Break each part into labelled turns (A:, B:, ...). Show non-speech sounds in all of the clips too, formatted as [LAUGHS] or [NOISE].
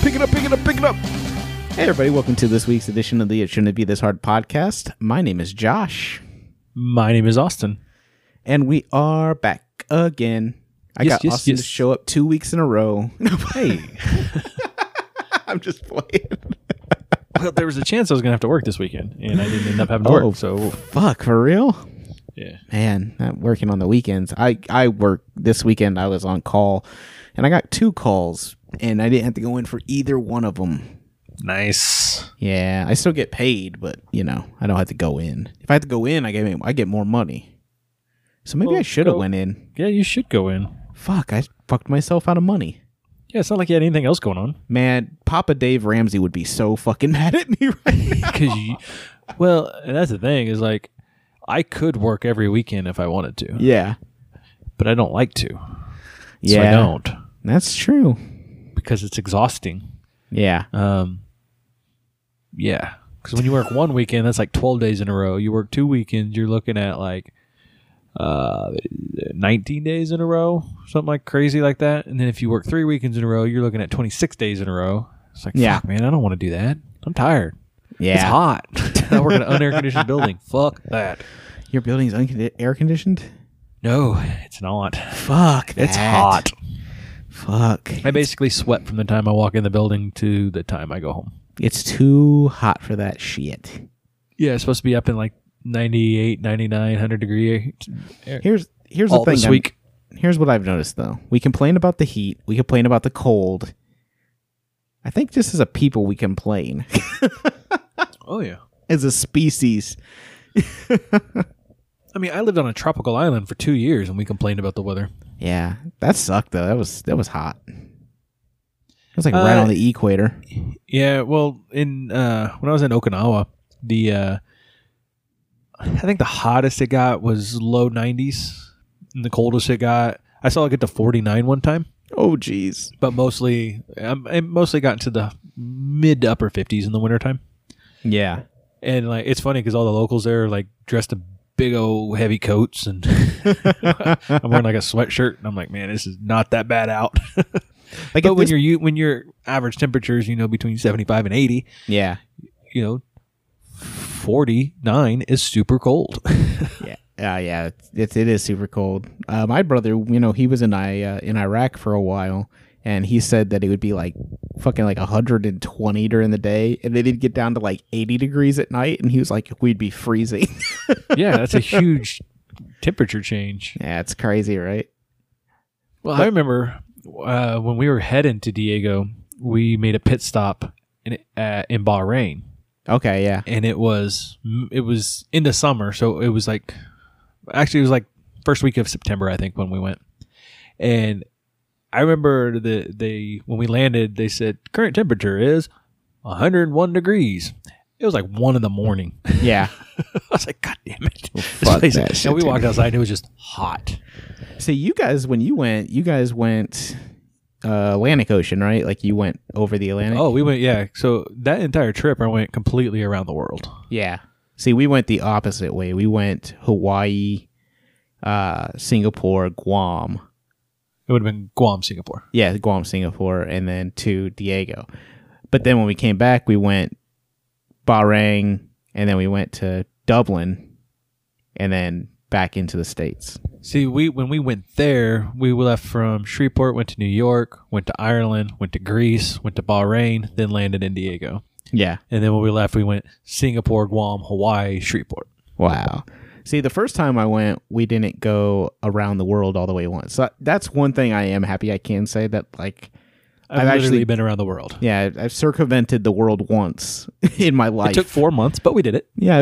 A: Pick it up.
B: Hey, everybody, welcome to this week's edition of the It Shouldn't Be This Hard podcast. My name is Josh,
C: My name is Austin.
B: and we are back again. I
C: Yes,
B: got
C: yes,
B: Austin
C: yes.
B: to show up two weeks in a row. hey. I'm just playing.
C: Well, there was a chance I was going to have to work this weekend, and I didn't end up
A: [LAUGHS]
C: having to
B: Oh.
C: work. So,
B: Fuck, for real?
C: yeah.
B: Man, not working on the weekends. I, I work this weekend. I was on call, and I got two calls, and I didn't have to go in for either one of them.
C: Nice.
B: Yeah, I still get paid, but you know, I don't have to go in. If I had to go in, I get I get more money. So maybe
C: Oh, Well,
B: I should have
C: go-
B: went in.
C: Yeah, you should go in.
B: Fuck, I fucked myself out of money.
C: Yeah, it's not like you had anything else going on.
B: Man, Papa Dave Ramsey would be so fucking [LAUGHS] mad at me right now.
C: Because you, well, and that's the thing is like, I could work every weekend if I wanted to,
B: Yeah,
C: but I don't like to.
B: yeah,
C: So I don't
B: that's true.
C: because it's exhausting.
B: Yeah,
C: Um, yeah. Because when you work one weekend, that's like 12 days in a row. You work two weekends, you're looking at like uh, 19 days in a row, something like crazy like that. And then if you work three weekends in a row, you're looking at 26 days in a row. It's like,
B: Yeah.
C: fuck, man, I don't want to do that. I'm tired. It's
B: yeah.
C: hot. [LAUGHS] I work in an unair conditioned building. Fuck that.
B: Your building's uncondi- air conditioned.
C: No, it's not.
B: Fuck, that.
C: It's hot.
B: Fuck,
C: I basically sweat from the time I walk in the building to the time I go home.
B: it's too hot for that shit.
C: Yeah, it's supposed to be up in like 98, 99, 100 degree air-
B: Here's here's
C: all
B: the thing.
C: this
B: I'm-
C: week.
B: here's what I've noticed though. We complain about the heat. We complain about the cold. I think just as a people, we complain [LAUGHS]
C: Oh yeah.
B: as a species.
C: I mean, I lived on a tropical island for two years, and we complained about the weather.
B: Yeah, that sucked though. That was that was hot. It was like right
C: Uh,
B: on the equator.
C: Yeah, well, in uh, when I was in Okinawa, the uh, I think the hottest it got was low 90s, and the coldest it got. I saw it get to 49 one time,
B: Oh jeez.
C: but mostly um, it mostly got into the mid to upper 50s in the wintertime.
B: Yeah.
C: And like it's funny because all the locals there are like dressed in big old heavy coats, and [LAUGHS] I'm wearing like a sweatshirt, and I'm like, man, this is not that bad out.
B: Like
C: but
B: if
C: when
B: this-
C: you're you, when your average temperatures, you know, between seventy five and eighty,
B: yeah
C: you know, forty nine is super cold. [LAUGHS]
B: yeah uh, yeah it's it is super cold. Uh, my brother, you know, he was in I uh, in Iraq for a while. And he said that it would be like fucking like 120 during the day, and then it'd get down to like 80 degrees at night. And he was like, "We'd be freezing." [LAUGHS]
C: yeah, that's a huge temperature change.
B: Yeah, it's crazy, right?
C: Well, I remember uh, when we were heading to Diego, we made a pit stop in uh, in Bahrain,
B: Okay, yeah.
C: and it was it was into summer, so it was like actually it was like first week of September, I think, when we went. And I remember the they when we landed, they said current temperature is 101 degrees. It was like one in the morning. [LAUGHS] I
B: [LAUGHS] Yeah.
C: was like, God damn it! This
B: fuck
C: place-
B: that shit,
C: and we
B: dude.
C: walked outside, and it was just hot.
B: so you guys when you went, you guys went uh, Atlantic Ocean, right? Like you went over the Atlantic?
C: Oh, we went, yeah. So that entire trip, I went completely around the world.
B: Yeah. See, we went the opposite way. We went Hawaii, uh, Singapore, Guam.
C: It would have been Guam, Singapore.
B: Yeah, Guam, Singapore, and then to Diego. But then when we came back, we went Bahrain and then we went to Dublin and then back into the States.
C: See, we when we went there, we left from Shreveport, went to New York, went to Ireland, went to Greece, went to Bahrain, then landed in Diego.
B: Yeah.
C: And then when we left, we went Singapore, Guam, Hawaii, Shreveport.
B: Wow. See, the first time I went, we didn't go around the world all the way once. So that's one thing I am happy I can say that, like,
C: I've,
B: I've
C: literally
B: actually-
C: been around the world.
B: yeah, I've circumvented the world once [LAUGHS] in my life.
C: It took four months, but we did
B: [LAUGHS]
C: it.
B: yeah,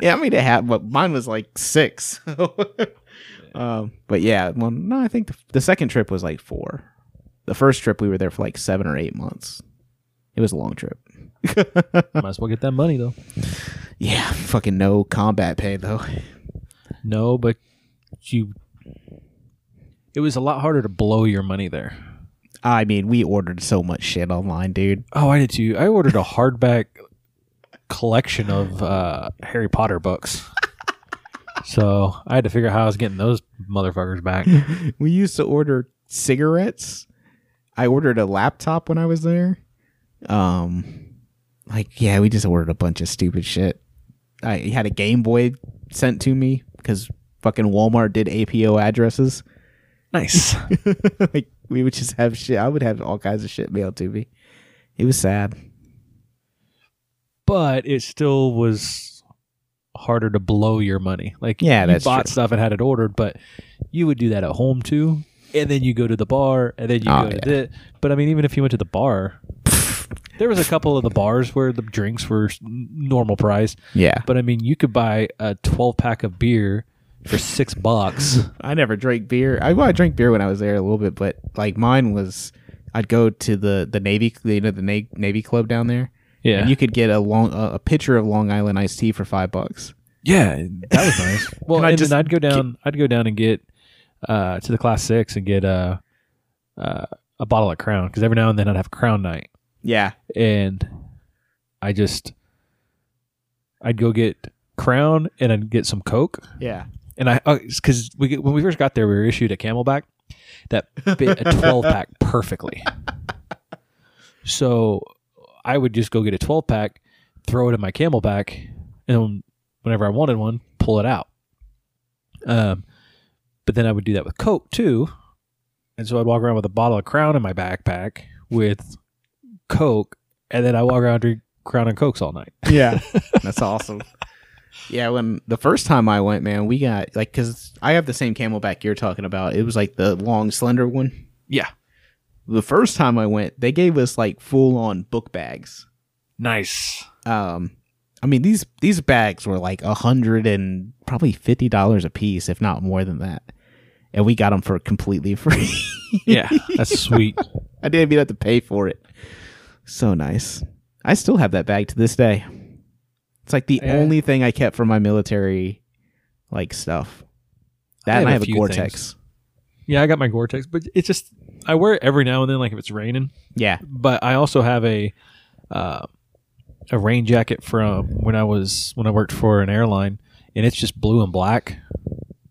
B: yeah, I mean it had, but mine was like six. [LAUGHS] um, but yeah, well, no, I think the, the second trip was like four. The first trip we were there for like seven or eight months. It was a long trip.
C: Might as well get that money though.
B: Yeah, [LAUGHS] fucking no combat pay though.
C: No, but you. It was a lot harder to blow your money there.
B: I mean, we ordered so much shit online, dude.
C: Oh, I did too. I ordered a hardback collection of uh, Harry Potter books. so I had to figure out how I was getting those motherfuckers back.
B: we used to order cigarettes. I ordered a laptop when I was there, Um, like yeah, we just ordered a bunch of stupid shit. I had a Game Boy sent to me because fucking Walmart did APO addresses. [LAUGHS]
C: Nice.
B: like we would just have shit. I would have all kinds of shit mailed to me. It was sad.
C: but it still was harder to blow your money. Like
B: Yeah,
C: you
B: that's
C: bought
B: true.
C: stuff and had it ordered, but you would do that at home too. And then you go to the bar, and then you
B: Oh,
C: go to
B: yeah.
C: the. But I mean, even if you went to the
B: [LAUGHS]
C: bar, there was a couple of the bars where the drinks were s- normal price.
B: Yeah,
C: But I mean, you could buy a twelve pack of beer for six
B: [LAUGHS]
C: bucks.
B: I never drank beer. I well, I drank beer when I was there a little bit, but like mine was, I'd go to the the Navy, you know, the Na- Navy Club down there.
C: Yeah,
B: and you could get a long a a pitcher of Long Island iced tea for five bucks.
C: yeah, that was nice. [LAUGHS] well,
B: Can
C: and,
B: I just
C: then I'd go down. I'd go down and get uh, to the class six and get uh, uh, a bottle of Crown because every now and then I'd have Crown night.
B: Yeah,
C: and I just I'd go get Crown and I'd get some Coke
B: yeah.
C: and I because we get- when we first got there we were issued a Camelback that
B: [LAUGHS]
C: fit a twelve pack perfectly. So I would just go get a twelve pack, throw it in my Camelback, and whenever I wanted one, pull it out. Um, but then I would do that with Coke too, and so I'd walk around with a bottle of Crown in my backpack with Coke, and then I walk around drink Crown and Cokes all night.
B: [LAUGHS] Yeah. That's awesome. Yeah, when the first time I went, man, we got like cuz I have the same camelback you're talking about. It was like the long slender one.
C: Yeah,
B: The first time I went, they gave us like full-on book bags.
C: nice.
B: Um I mean these these bags were like a hundred and probably fifty dollars a piece, if not more than that. And we got them for completely [LAUGHS] free.
C: Yeah, that's sweet.
B: I didn't even have to pay for it. So nice. I still have that bag to this day. It's like the
C: Yeah.
B: only thing I kept from my military like stuff. That
C: I have
B: and I
C: a
B: have a
C: few
B: Gore-Tex.
C: Yeah, I got my Gore-Tex, but it's just I wear it every now and then, like if it's raining.
B: Yeah.
C: But I also have a uh, a rain jacket from when I was when I worked for an airline, and it's just blue and black.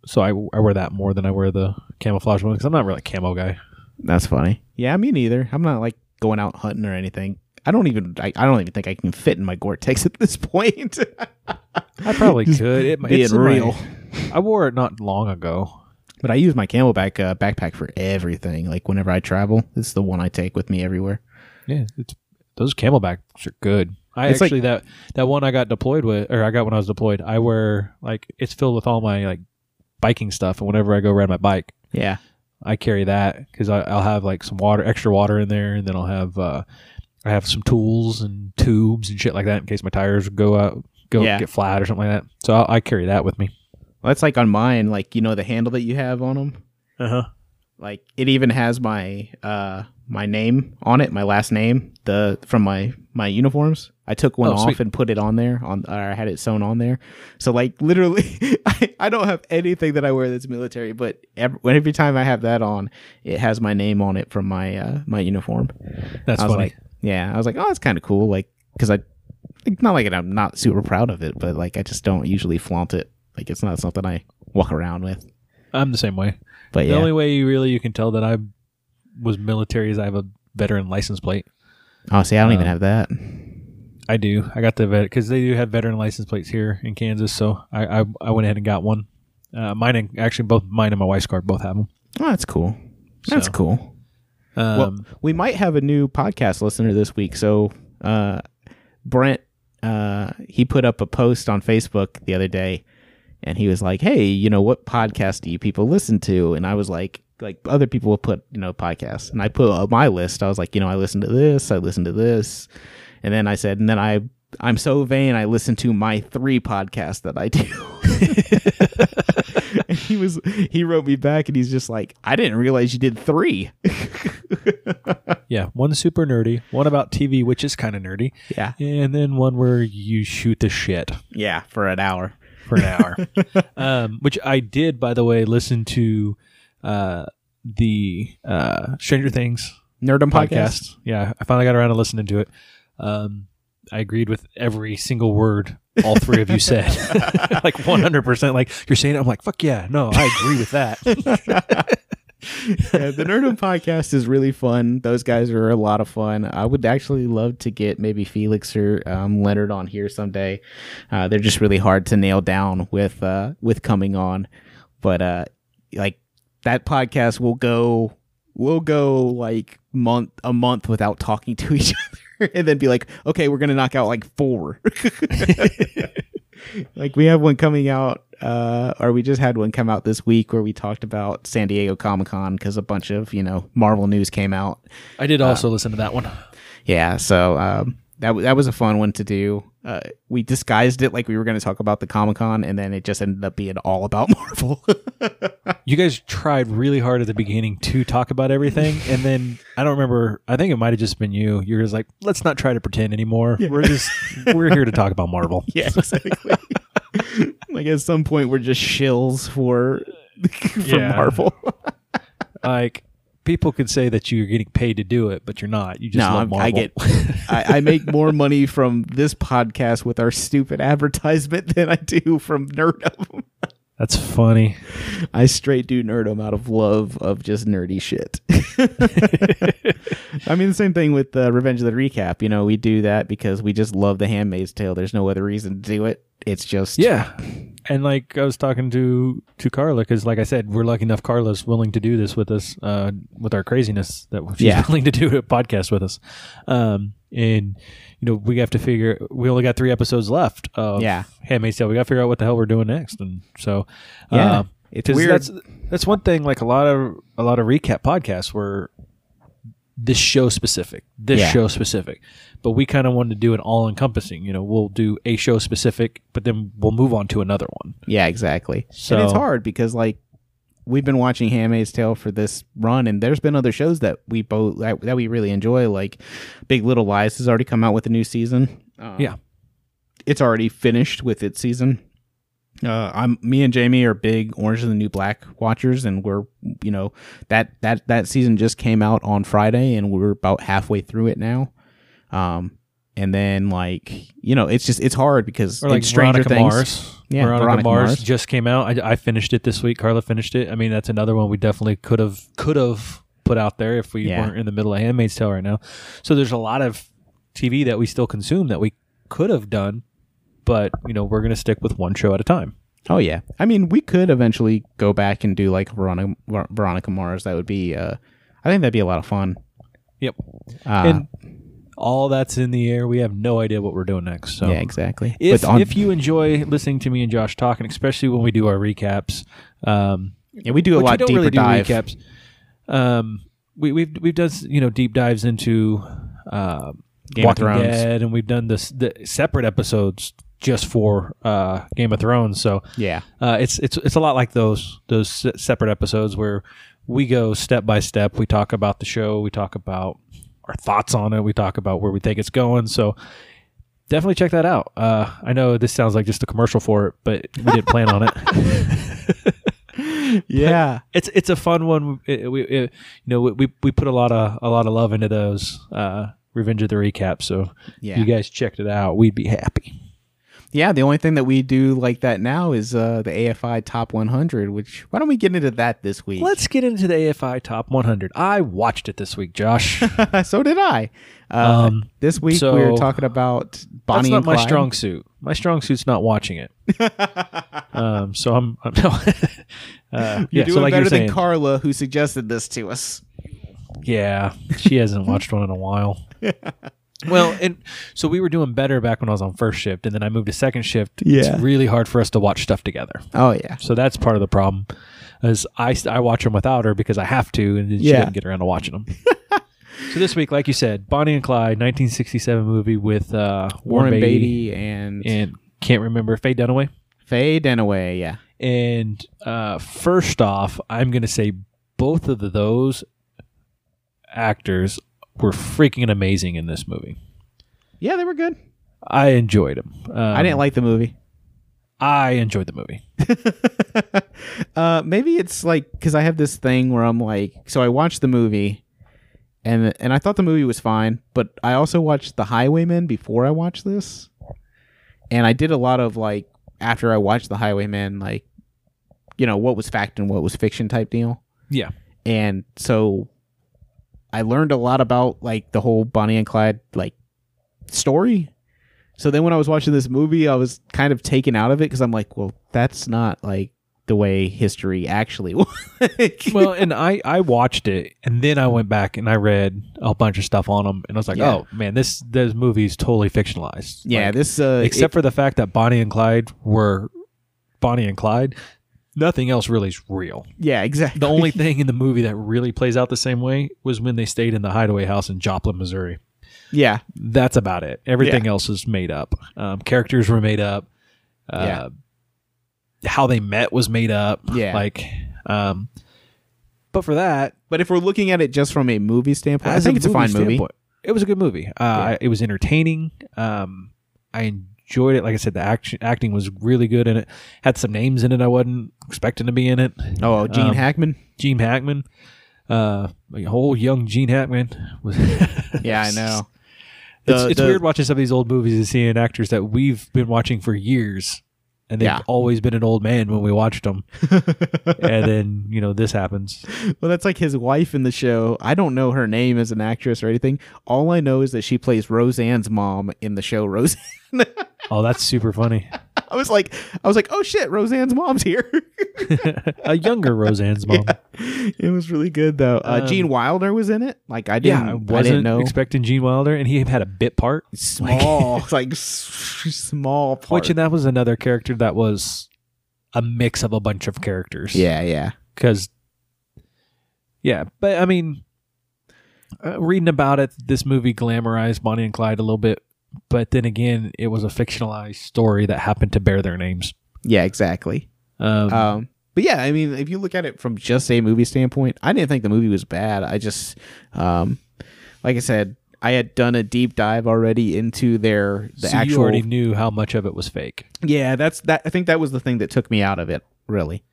C: So I, I wear that more than I wear the camouflage one because I'm not really a camo guy.
B: That's funny. Yeah, me neither. I'm not like going out hunting or anything. I don't even I, I don't even think I can fit in my Gore-Tex [LAUGHS] at this point.
C: I probably could. It,
B: Being
C: it's in my-
B: real.
C: I wore it not long ago.
B: But I use my camelback uh, backpack for everything. Like whenever I travel, it's the one I take with me everywhere.
C: Yeah, it's those camelbacks are good. I
B: It's like-
C: actually that that one I got deployed with, or I got when I was deployed. I wear like it's filled with all my like biking stuff, and whenever I go ride my bike,
B: Yeah.
C: I carry that because I'll have like some water, extra water in there, and then I'll have uh, I have some tools and tubes and shit like that in case my tires go out, go
B: Yeah.
C: get flat or something like that. So I'll, I carry that with me.
B: Well, that's like on mine, like you know the handle that you have on them.
C: Uh
B: Uh-huh.
C: huh.
B: like it even has my uh my name on it my last name the from my my uniforms i took one
C: Oh,
B: off
C: sweet.
B: and put it on there on or i had it sewn on there so like literally [LAUGHS] I, I don't have anything that i wear that's military but every, every time i have that on it has my name on it from my uh my uniform
C: That's
B: i was
C: funny.
B: like yeah i was like oh that's kind of cool like because i like, not like i'm not super proud of it but like i just don't usually flaunt it like it's not something i walk around with
C: I'm the same way.
B: but
C: The
B: yeah
C: only way you really you can tell that I was military is I have a veteran license plate.
B: oh see i don't even
C: um,
B: have that
C: I do. I got the vet because they do have veteran license plates here in Kansas. So I I, I went ahead and got one. Uh, mine and actually both mine and my wife's car both have them.
B: Oh, that's cool. That's
C: So-
B: cool.
C: Um,
B: Well, we might have a new podcast listener this week. So, uh, Brent, uh, he put up a post on Facebook the other day, and he was like, "Hey, you know what podcast do you people listen to?" And I was like, "Like other people will put, you know, podcasts." And I put up my list. I was like, "You know, I listen to this. I listen to this," and then I said, "And then I." I'm so vain. I listen to my three podcasts that I do. [LAUGHS] and he was he wrote me back, and he's just like, "I didn't realize you did three.
C: yeah, one super nerdy, one about TV, which is kind of nerdy,
B: Yeah,
C: and then one where you shoot the shit
B: Yeah, for an hour.
C: for an hour. um, which I did, by the way, listen to uh, the uh, Stranger Things
B: Nerdum [LAUGHS] podcast.
C: podcast. Yeah, I finally got around to listening to it. Um, I agreed with every single word all three of you said, [LAUGHS] like one hundred percent. Like you're saying, it, I'm like, fuck yeah, no, I agree with that.
B: yeah, the Nerdum podcast is really fun. Those guys are a lot of fun. I would actually love to get maybe Felix or um, Leonard on here someday. Uh, they're just really hard to nail down with uh, with coming on, but uh, like that podcast will go we'll go like month a month without talking to each [LAUGHS] other, and then be like, okay, we're gonna knock out like four. [LAUGHS] like we have one coming out uh or we just had one come out this week where we talked about san diego comic-con because a bunch of you know marvel news came out
C: I did also listen to that one.
B: yeah so um that, w- that was a fun one to do uh, we disguised it like we were going to talk about the comic-con and then it just ended up being all about [LAUGHS]
C: [LAUGHS]
B: marvel
C: You guys tried really hard at the beginning to talk about everything, and then I don't remember. I think it might have just been you. You're just like, let's not try to pretend anymore. We're just we're here to talk about Marvel.
B: yeah [LAUGHS] exactly like at some point we're just shills for [LAUGHS] for
C: Yeah.
B: marvel
C: Like people could say that you're getting paid to do it, but you're not. You just
B: no
C: love
B: I'm-
C: Marvel. [LAUGHS]
B: i get I, I make more money from this podcast with our stupid advertisement than i do from nerdum
C: That's funny.
B: I straight do nerdum out of love of just nerdy shit. [LAUGHS] I mean, the same thing with uh, Revenge of the Recap. You know, we do that because we just love The Handmaid's Tale. There's no other reason to do it. It's just
C: Yeah. And like I was talking to to Carla because, like I said, we're lucky enough Carla's willing to do this with us, uh, with our craziness that she's
B: Yeah.
C: [LAUGHS] willing to do a podcast with us. Um, and you know we have to figure. We only got three episodes left. Of
B: Yeah.
C: Handmaid's Tale. We got to figure out what the hell we're doing next. And so,
B: Yeah.
C: uh,
B: It's
C: 'cause
B: weird.
C: That's that's one thing. Like a lot of a lot of recap podcasts were this show specific, this
B: Yeah.
C: show specific. But we kind of wanted to do an all encompassing. You know, we'll do a show specific, but then we'll move on to another one.
B: yeah, exactly.
C: So
B: and it's hard because like we've been watching Handmaid's Tale for this run, and there's been other shows that we both that, that we really enjoy. Like Big Little Lies has already come out with a new season. Um,
C: Yeah.
B: it's already finished with its season. Uh, I'm me and Jamie are big Orange is the New Black watchers, and we're you know that that that season just came out on Friday, and we're about halfway through it now. Um, and then like you know, it's just it's hard because
C: Or like
B: in Stranger
C: Veronica
B: Things,
C: Mars.
B: Yeah,
C: Veronica,
B: Veronica
C: Mars,
B: Mars.
C: just came out. I, I finished it this week. Carla finished it. I mean, that's another one we definitely could have could have put out there if we
B: Yeah.
C: weren't in the middle of Handmaid's Tale right now. So there's a lot of TV that we still consume that we could have done, but you know we're gonna stick with one show at a time.
B: Oh yeah, I mean, we could eventually go back and do like Veronica, Ver- Veronica Mars. That would be, uh, I think that'd be a lot of fun.
C: Yep.
B: Uh,
C: and all that's in the air. We have no idea what we're doing next. So
B: yeah, exactly.
C: if,
B: But on-
C: if you enjoy listening to me and Josh talk, and especially when we do our recaps, um,
B: yeah, we do a
C: Which we
B: lot
C: don't
B: deeper
C: really do
B: dive.
C: recaps. Um, we, we've we've done you know deep dives into uh,
B: Game of
C: Walking
B: Thrones.
C: Dead, and we've done this the separate episodes just for uh, Game of Thrones. So
B: Yeah,
C: uh, it's it's it's a lot like those those se- separate episodes where we go step by step. We talk about the show. We talk about our thoughts on it. We talk about where we think it's going. So definitely check that out. Uh, I know this sounds like just a commercial for it, but we didn't plan
B: [LAUGHS]
C: on it.
B: yeah,
C: it's it's a fun one. It- we it- you know we we put a lot of a lot of love into those. Uh, Revenge of the recap. So
B: yeah.
C: you guys checked it out. We'd be happy.
B: yeah, the only thing that we do like that now is uh, the AFI Top 100. Which why don't we get into that this week?
C: Let's get into the AFI Top 100. I watched it this week,
B: [LAUGHS]
C: Josh.
B: [LAUGHS] so did I. Uh,
C: Um,
B: this week
C: so-
B: we were talking about
C: That's
B: Bonnie
C: not
B: and
C: my
B: Clyde.
C: strong suit. My strong suit's not watching
B: [LAUGHS]
C: it. um, so I'm. [LAUGHS] I'm no. uh,
B: You're
C: yeah,
B: doing
C: so like
B: better
C: you're saying,
B: than Carla, who suggested this to us.
C: yeah, she hasn't
B: [LAUGHS]
C: watched one in a while. well, and so we were doing better back when I was on first shift, and then I moved to second shift.
B: Yeah.
C: It's really hard for us to watch stuff together.
B: Oh yeah,
C: So that's part of the problem. Is I, I watch them without her because I have to, and then she
B: Yeah.
C: doesn't get around to watching them. so this week, like you said, Bonnie and Clyde, 1967 movie with uh,
B: Warren Beatty, and,
C: and can't remember Faye Dunaway.
B: Faye Dunaway. Yeah,
C: And uh, first off, I'm going to say both of those actors were freaking amazing in this movie.
B: yeah, they were good.
C: I enjoyed them. Um,
B: I didn't like the movie. [LAUGHS]
C: I enjoyed the movie.
B: uh, maybe it's like because I have this thing where I'm like, so I watched the movie, and and I thought the movie was fine, but I also watched The Highwayman before I watched this, and I did a lot of like after I watched The Highwayman, like you know what was fact and what was fiction type deal.
C: Yeah.
B: and so I learned a lot about like the whole Bonnie and Clyde like story. So then when I was watching this movie, I was kind of taken out of it because I'm like, well, that's not like the way history actually [LAUGHS] was.
C: well, and I I watched it, and then I went back and I read a bunch of stuff on them, and I was like,
B: Yeah.
C: oh man, this this movie's totally fictionalized.
B: yeah,
C: Like,
B: this uh,
C: except for the fact that Bonnie and Clyde were Bonnie and Clyde. Nothing else really is real.
B: it- yeah, exactly.
C: The only thing in the movie that really plays out the same way was when they stayed in the hideaway house in Joplin, Missouri.
B: [LAUGHS] yeah,
C: That's about it. Everything else is made up. Um, characters were made up. Uh, How they met was made up.
B: Yeah.
C: Like, um, but for that,
B: but if we're looking at it just from a movie standpoint, I
C: as
B: think it's a fine movie.
C: standpoint, It was a good movie. Uh, I- It was entertaining. Um, I enjoyed it. Like I said, the action acting was really good in it. Had some names in it I wasn't expecting to be in it.
B: Oh, Gene
C: Um,
B: [LAUGHS] Hackman.
C: Gene Hackman, uh, a whole young Gene Hackman was. [LAUGHS]
B: Yeah, I know.
C: It's,
B: The-
C: it's
B: the-
C: weird watching some of these old movies and seeing actors that we've been watching for years, and they've
B: Yeah.
C: always been an old man when we watched
B: [LAUGHS]
C: them, and then you know this happens.
B: Well, that's like his wife in the show. I don't know her name as an actress or anything. All I know is that she plays Roseanne's mom in the show Roseanne.
C: Oh, that's super funny.
B: [LAUGHS]
C: [LAUGHS]
B: I was like, I was like, oh shit, Roseanne's mom's here. [LAUGHS]
C: a younger Roseanne's mom.
B: it was really good though. Uh,
C: Um,
B: Gene Wilder was in it. Like I didn't,
C: Yeah, I
B: I didn't
C: wasn't
B: know.
C: expecting Gene Wilder, and he had a bit part,
B: [LAUGHS] small, like s- small part.
C: which and that was another character that was a mix of a bunch of characters.
B: yeah, yeah,
C: because yeah, but I mean, uh, reading about it, this movie glamorized Bonnie and Clyde a little bit, but then again, it was a fictionalized story that happened to bear their names.
B: yeah, exactly.
C: Um,
B: Um, but yeah, I mean, if you look at it from just a movie standpoint, I didn't think the movie was bad. I just, um, like I said, I had done a deep dive already into their the
C: so
B: actual.
C: you already knew how much of it was fake.
B: yeah, that's that. I think that was the thing that took me out of it. Really,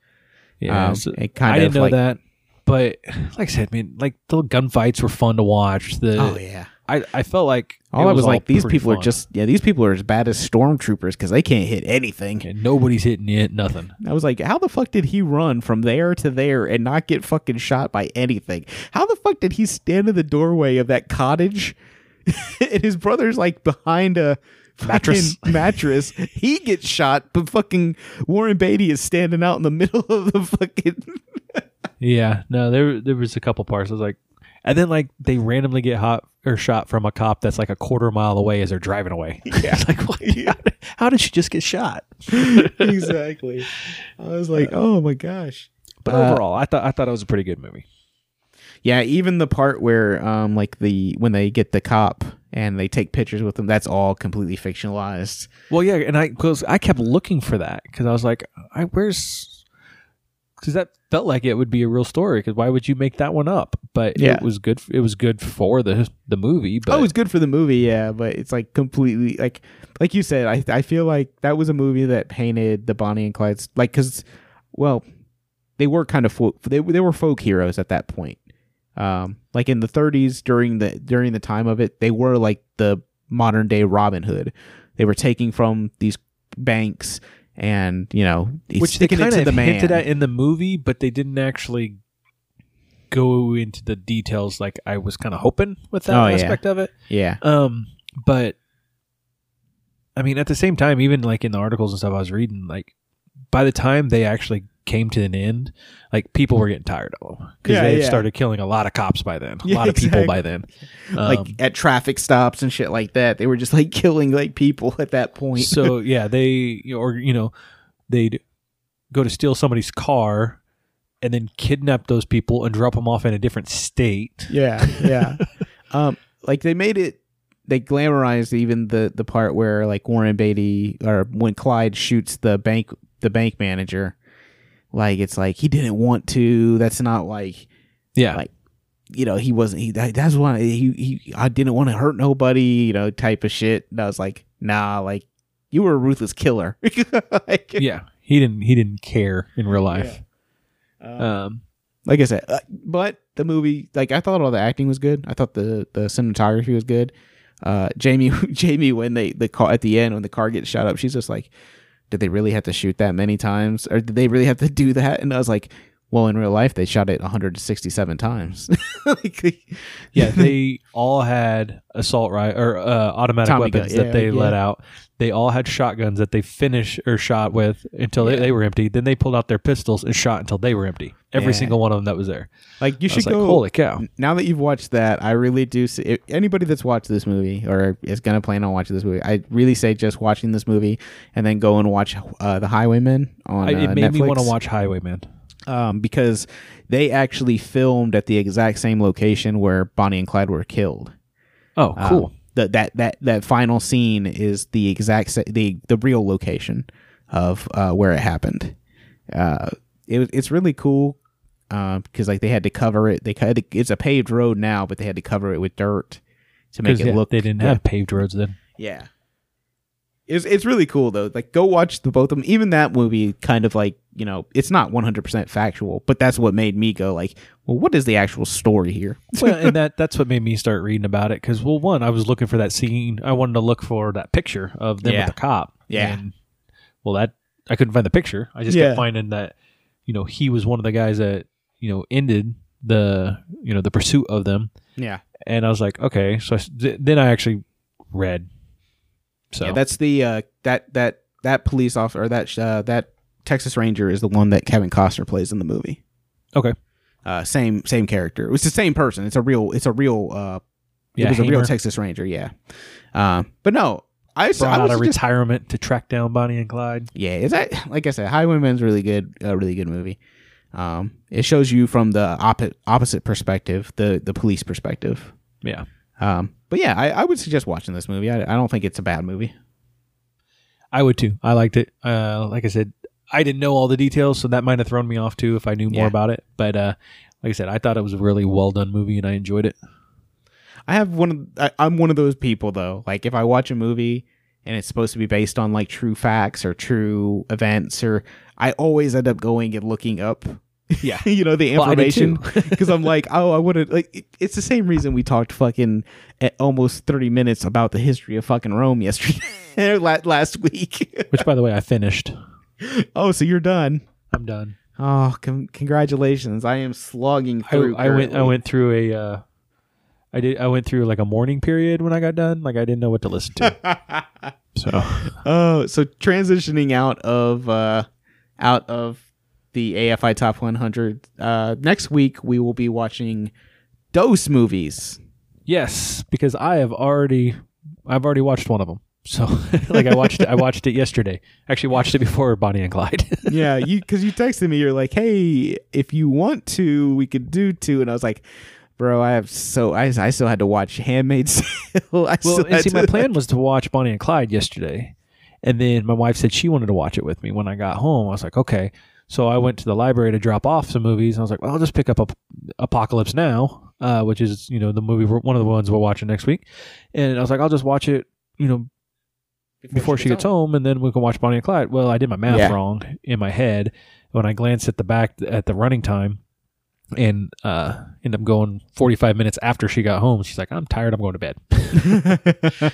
C: Yeah,
B: um,
C: so-
B: it kind
C: I
B: of
C: didn't know
B: like,
C: that. But like I said, I mean, like the gunfights were fun to watch. The
B: Oh yeah.
C: I, I felt like
B: All
C: it
B: I was like, these
C: pretty
B: people are
C: fun.
B: just yeah, these people are as bad as stormtroopers because they can't hit anything.
C: And nobody's hitting it, nothing.
B: I was like, how the fuck did he run from there to there and not get fucking shot by anything? How the fuck did he stand in the doorway of that cottage? [LAUGHS] and his brother's like behind a fucking
C: Mattress.
B: mattress. He gets shot, but fucking Warren Beatty is standing out in the [LAUGHS] middle of the [LAUGHS] fucking.
C: Yeah, no, there there was a couple parts. I was like, and then like they randomly get hot or shot from a cop that's like a quarter mile away as they're driving away. [LAUGHS] Yeah, like what? How, did, how did she just get shot?
B: exactly. I was like, oh my gosh.
C: But
B: Uh,
C: overall, I thought I thought it was a pretty good movie.
B: Yeah, even the part where um like the when they get the cop and they take pictures with them, that's all completely fictionalized.
C: Well, yeah, and I because I kept looking for that because I was like, I where's because that felt like it would be a real story because why would you make that one up? But
B: Yeah.
C: it was good. It was good for the the movie. But
B: oh, it's good for the movie, yeah, but it's like completely like like you said. I I feel like that was a movie that painted the Bonnie and Clyde's like because well, they were kind of folk, they they were folk heroes at that point. Um, like in the 30s during the during the time of it, they were like the modern day Robin Hood. They were taking from these banks and you know
C: which they
B: sticking it
C: kind
B: to
C: of
B: the man.
C: hinted at in the movie, but they didn't actually go into the details like I was kind of hoping with that
B: Oh, yeah.
C: aspect of it.
B: yeah,
C: Um, but I mean, at the same time, even like in the articles and stuff I was reading, like by the time they actually came to an end, like people were getting tired of them because
B: Yeah,
C: they had
B: yeah.
C: started killing a lot of cops by then, a
B: [LAUGHS] Yeah,
C: lot of people
B: exactly.
C: by then. Um,
B: like at traffic stops and shit like that. They were just like [LAUGHS] killing like people at that point. [LAUGHS]
C: so yeah, they or you know they'd go to steal somebody's car and then kidnap those people and drop them off in a different state.
B: Yeah, yeah. [LAUGHS] um, like they made it, they glamorized even the the part where like Warren Beatty or when Clyde shoots the bank the bank manager, like it's like he didn't want to. That's not like
C: Yeah,
B: Like- you know he wasn't. He that- that's why he he I didn't want to hurt nobody. You know type of shit. And I was like, nah, like you were a ruthless killer. [LAUGHS]
C: [LAUGHS]
B: like,
C: yeah. He didn't. He didn't care in real life.
B: uh,
C: Um,
B: like I said, uh, but the movie, like I thought all the acting was good. I thought the the cinematography was good. Uh, Jamie, [LAUGHS] Jamie, when they the car at the end when the car gets shot up, she's just like, "Did they really have to shoot that many times, or did they really have to do that?" And I was like, Well, in real life, they shot it 167 times. [LAUGHS] Like, they- [LAUGHS]
C: Yeah, they all had assault right or uh, automatic
B: Tommy
C: weapons
B: gun,
C: that they
B: yeah,
C: let
B: yeah.
C: out. They all had shotguns that they finished or shot with until
B: Yeah.
C: they, they were empty. Then they pulled out their pistols and shot until they were empty. Every
B: Yeah.
C: single one of them that was there.
B: like you
C: I
B: should
C: was like,
B: go.
C: holy cow!
B: [LAUGHS] now that you've watched that, I really do. See, if anybody that's watched this movie or is gonna plan on watching this movie, I really say just watching this movie and then go and watch uh, the Highwaymen on
C: I, it made
B: uh,
C: me
B: Netflix.
C: want to watch Highwayman.
B: um, because they actually filmed at the exact same location where Bonnie and Clyde were killed.
C: Oh, cool.
B: Um, that that that that final scene is the exact sa- the the real location of uh, where it happened. Uh, it was- it's really cool because like they had to cover it. They had to, it's a paved road now, but they had to cover it with dirt to make
C: 'Cause,
B: it
C: yeah,
B: look.
C: they didn't
B: yeah,
C: have paved roads then.
B: Yeah. It's, it's really cool though. Like go watch the both of them. Even that movie kind of like, you know, it's not 100% factual, but that's what made me go like, well, what is the actual story here?
C: [LAUGHS] well, and that that's what made me start reading about it because well, one, I was looking for that scene. I wanted to look for that picture of them
B: Yeah.
C: with the cop.
B: Yeah.
C: And, well, that I couldn't find the picture. I just
B: Yeah.
C: kept finding that you know he was one of the guys that you know ended the you know the pursuit of them,
B: Yeah.
C: and I was like, okay. So I s th- then I actually read. So
B: Yeah, that's the uh, that that that police officer or that uh, that Texas Ranger is the one that Kevin Costner plays in the movie.
C: Okay.
B: Uh, same same character. It was the same person. It's a real. It's a real. Uh,
C: yeah,
B: it was a real
C: Hamer
B: Texas Ranger. Yeah. Um, but no, I saw.
C: brought
B: I
C: out
B: was
C: of
B: just,
C: retirement to track down Bonnie and Clyde.
B: yeah, is that like I said, Highwayman's really good. A really good movie. Um, it shows you from the opposite opposite perspective, the the police perspective.
C: Yeah.
B: Um, but yeah, I, I would suggest watching this movie. I, I don't think it's a bad movie.
C: I would too. I liked it. Uh, like I said, I didn't know all the details, so that might have thrown me off too if I knew more
B: Yeah.
C: about it. But uh, like I said, I thought it was a really well done movie, and I enjoyed it.
B: I have one of I, I'm one of those people though. Like if I watch a movie and it's supposed to be based on like true facts or true events or I always end up going and looking up
C: Yeah.
B: [LAUGHS] you know the
C: Well, I did
B: information
C: [LAUGHS]
B: because I'm like, "Oh, I would have like it, it's the same reason we talked fucking at almost 30 minutes about the history of fucking Rome yesterday [LAUGHS] or la- last week." [LAUGHS]
C: Which, by the way, I finished.
B: oh, so you're done.
C: I'm done.
B: Oh, con- congratulations. I am slogging
C: I,
B: through
C: I went. I
B: currently.
C: went through a. Uh, I did. I went through like a morning period when I got done. Like I didn't know what to listen to. so
B: Oh, so transitioning out of uh, out of the AFI Top 100. Uh, next week we will be watching Dose movies.
C: yes, because I have already, I've already watched one of them. So [LAUGHS] like I watched. I watched it yesterday. Actually, watched it before Bonnie and Clyde.
B: [LAUGHS]
C: [LAUGHS]
B: yeah, you because you texted me, you're like, "Hey, if you want to, we could do two," and I was like. Bro, I have so I, I still had to watch Handmaid's [LAUGHS] Tale. I
C: Well,
B: still
C: and
B: had
C: see, my
B: to- [LAUGHS]
C: plan was to watch Bonnie and Clyde yesterday, and then my wife said she wanted to watch it with me. When I got home, I was like, okay. So I went to the library to drop off some movies, and I was like, well, I'll just pick up Ap- Apocalypse Now, uh, which is you know the movie we're, one of the ones we're watching next week, and I was like, I'll just watch it, you know, before she gets home. and then we can watch Bonnie and Clyde. Well, I did my math
B: Yeah.
C: wrong in my head when I glanced at the back at the running time, and uh, ended up going 45 minutes after she got home. She's like, I'm tired. I'm going to bed. [LAUGHS]
B: [LAUGHS]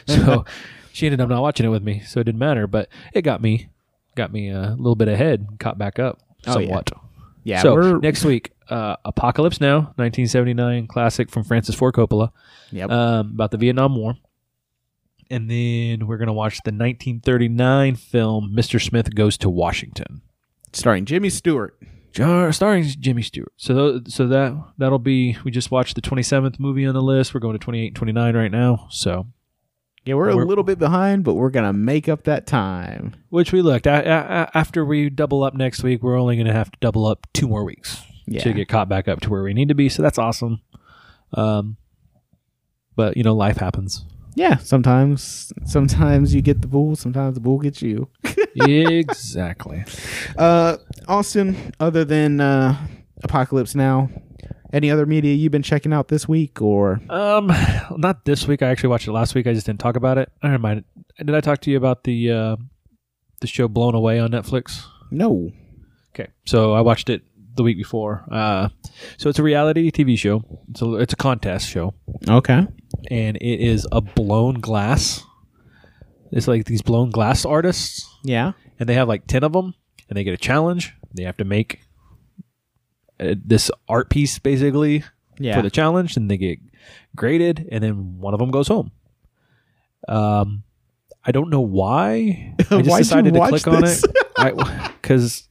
C: so she ended up not watching it with me, so it didn't matter. But it got me, got me a little bit ahead, caught back up
B: Oh, yeah.
C: somewhat.
B: yeah,
C: so
B: we're,
C: next week, uh, Apocalypse Now, 1979 classic from Francis Ford Coppola,
B: yep.
C: um, about the Vietnam War, and then we're gonna watch the 1939 film Mr. Smith Goes to Washington,
B: starring Jimmy Stewart.
C: jar- starring Jimmy Stewart. So tho- so that that'll be we just watched the 27th movie on the list. We're going to 28 and 29 right now. So
B: Yeah, we're, a
C: We're-
B: little bit behind, but we're gonna make up that time.
C: Which we looked. I, I, I- after we double up next week, we're only going to have to double up two more weeks
B: Yeah,
C: to get caught back up to where we need to be. So that's awesome. Um, but you know, life happens.
B: yeah. Sometimes, sometimes you get the bull. Sometimes the bull gets you.
C: exactly.
B: Uh, Austin. Other than uh, Apocalypse Now, any other media you've been checking out this week? Or
C: [LAUGHS] Um, not this week. I actually watched it last week. I just didn't talk about it. I don't mind. Did I talk to you about the uh, the show Blown Away on Netflix?
B: no?
C: Okay, so I watched it the week before. Uh, so it's a reality TV show. It's a it's a contest show.
B: Okay.
C: and it is a blown glass. It's like these blown glass artists,
B: Yeah.
C: and they have like 10 of them, and they get a challenge. They have to make uh, this art piece basically
B: Yeah.
C: for the challenge, and they get graded, and then one of them goes home. Um, I don't know
B: [LAUGHS]
C: why. I just
B: Why'd you
C: decided to
B: watch
C: click on
B: this? [LAUGHS]
C: it because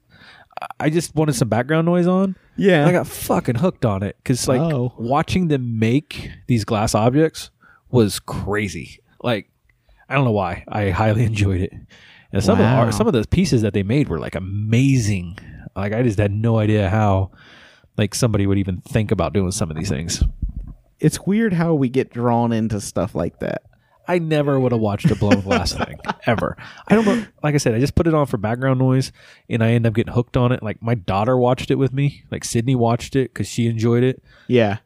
C: I just wanted some background noise on.
B: yeah.
C: And I got fucking hooked on it because like
B: Oh.
C: watching them make these glass objects was crazy. Like I don't know why I highly [LAUGHS] enjoyed it. And some of the
B: Wow.
C: art, some of the pieces that they made were like amazing. Like I just had no idea how like somebody would even think about doing some of these things.
B: it's weird how we get drawn into stuff like that.
C: I never would have watched a blown
B: [LAUGHS]
C: glass thing ever. I don't know. Like I said, I just put it on for background noise, and I end up getting hooked on it. Like my daughter watched it with me. Like Sydney watched it because she enjoyed it.
B: Yeah.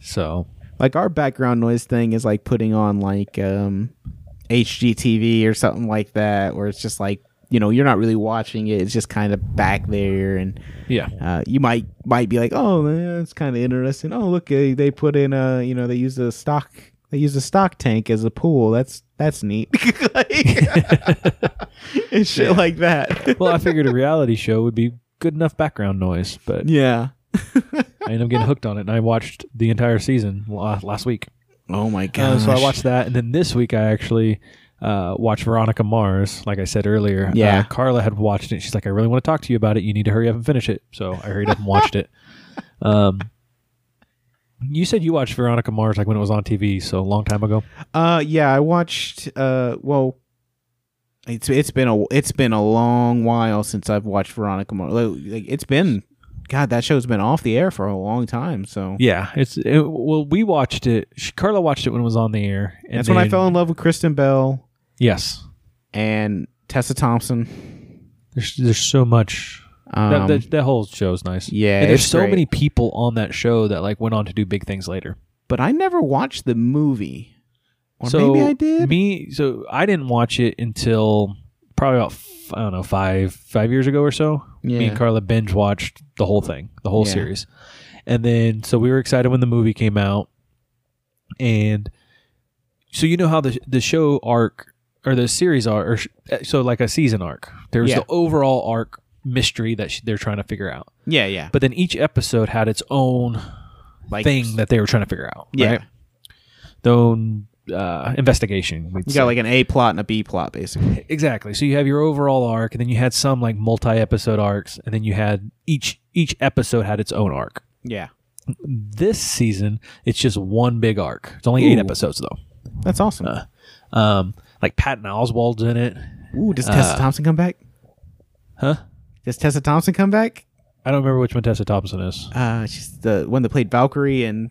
C: So
B: Like our background noise thing is like putting on like um HGTV or something like that where it's just like, you know, you're not really watching it. It's just kind of back there and
C: yeah,
B: uh, you might might be like, "Oh, eh, that's kind of interesting. Oh, look, eh, they put in a, you know, they use a stock they use a stock tank as a pool. That's that's neat." [LAUGHS] Like- and shit like that. [LAUGHS]
C: well, I figured a reality show would be good enough background noise,
B: [LAUGHS]
C: but
B: yeah.
C: I ended up getting hooked on it, and I watched the entire season la- last week.
B: Oh my
C: Uh,
B: god.
C: so I watched that, and then this week I actually uh, watched Veronica Mars. Like I said earlier,
B: Yeah.
C: uh, Carla had watched it. She's like, "I really want to talk to you about it. You need to hurry up and finish it." So I hurried up and watched
B: [LAUGHS]
C: it. Um, you said you watched Veronica Mars like when it was on TV, so a long time ago.
B: Uh, yeah, I watched. Uh, well, it's it's been a it's been a long while since I've watched Veronica Mars. Like, like, it's been, God, that show's been off the air for a long time. So
C: Yeah, it's it, well, we watched it. She, Carla watched it when it was on the air. And
B: that's when I
C: then-
B: fell in love with Kristen Bell
C: Yes,
B: and Tessa Thompson.
C: there's there's so much
B: Um,
C: that, that, that whole show's nice.
B: yeah,
C: And there's
B: it's
C: so
B: great.
C: many people on that show that like went on to do big things later.
B: but I never watched the movie, or
C: so
B: maybe I did.
C: Me, so I didn't watch it until probably about f- I don't know five five years ago or so. Me
B: yeah,
C: and Carla binge watched the whole thing, the whole
B: Yeah.
C: series, and then so we were excited when the movie came out, and so you know how the the show arc or the series arc, or sh- eh, so like a season arc. There was
B: Yeah.
C: the overall arc mystery that sh- they're trying to figure out,
B: yeah, yeah.
C: but then each episode had its own
B: Like
C: thing that they were trying to figure out.
B: Yeah.
C: right? their own uh, investigation. we'd
B: you
C: say.
B: got like an A plot and a B plot, basically.
C: exactly. So you have your overall arc, and then you had some like multi-episode arcs, and then you had each each episode had its own arc.
B: Yeah,
C: This season, it's just one big arc. It's only eight
B: Ooh.
C: episodes though.
B: that's awesome.
C: Uh, Um, like Patton Oswald's in it.
B: Ooh, does Tessa
C: uh,
B: Thompson come back?
C: Huh?
B: Does Tessa Thompson come back?
C: I don't remember which one Tessa Thompson is.
B: Uh, she's the one that played Valkyrie and.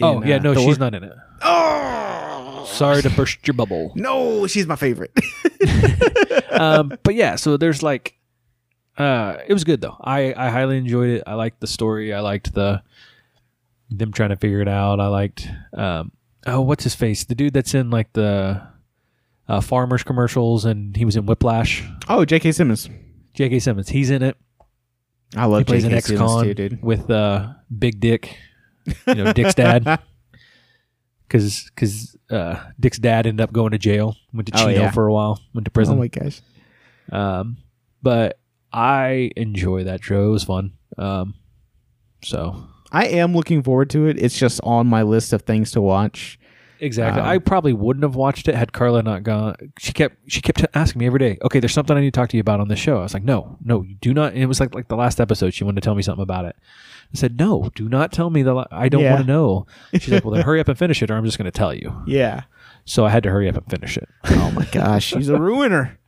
C: oh
B: in,
C: yeah,
B: uh,
C: no,
B: Thor.
C: she's not in it.
B: Oh
C: Sorry to burst your bubble.
B: no, she's my favorite. [LAUGHS]
C: um, [LAUGHS] but yeah, so there's like, uh, it was good though. I, I highly enjoyed it. I liked the story. I liked the them trying to figure it out. I liked, um, oh, what's his face? The dude that's in like the uh, farmers commercials, and he was in Whiplash.
B: oh, J.K. Simmons.
C: J.K. Simmons, he's in it.
B: I
C: he
B: love
C: plays an
B: J.K.
C: ex-con
B: Simmons too, dude.
C: with uh, Big Dick, you know, Dick's
B: [LAUGHS]
C: dad. Because because uh, Dick's dad ended up going to jail, went to
B: Oh,
C: Chino
B: yeah.
C: for a while, went to prison.
B: Oh my gosh.
C: Um, but I enjoy that show. It was fun. Um, so
B: I am looking forward to it. It's just on my list of things to watch.
C: exactly,
B: Um,
C: I probably wouldn't have watched it had Carla not gone. She kept she kept asking me every day. Okay, there's something I need to talk to you about on the show. I was like, no, no, you do not. And it was like like the last episode. She wanted to tell me something about it. I said, no, do not tell me the. La- I don't
B: Yeah.
C: want to
B: [LAUGHS]
C: know. She's like, well, then hurry up and finish it, or I'm just going to tell you.
B: Yeah.
C: So I had to hurry up and finish it.
B: Oh my gosh, she's a [LAUGHS] ruiner.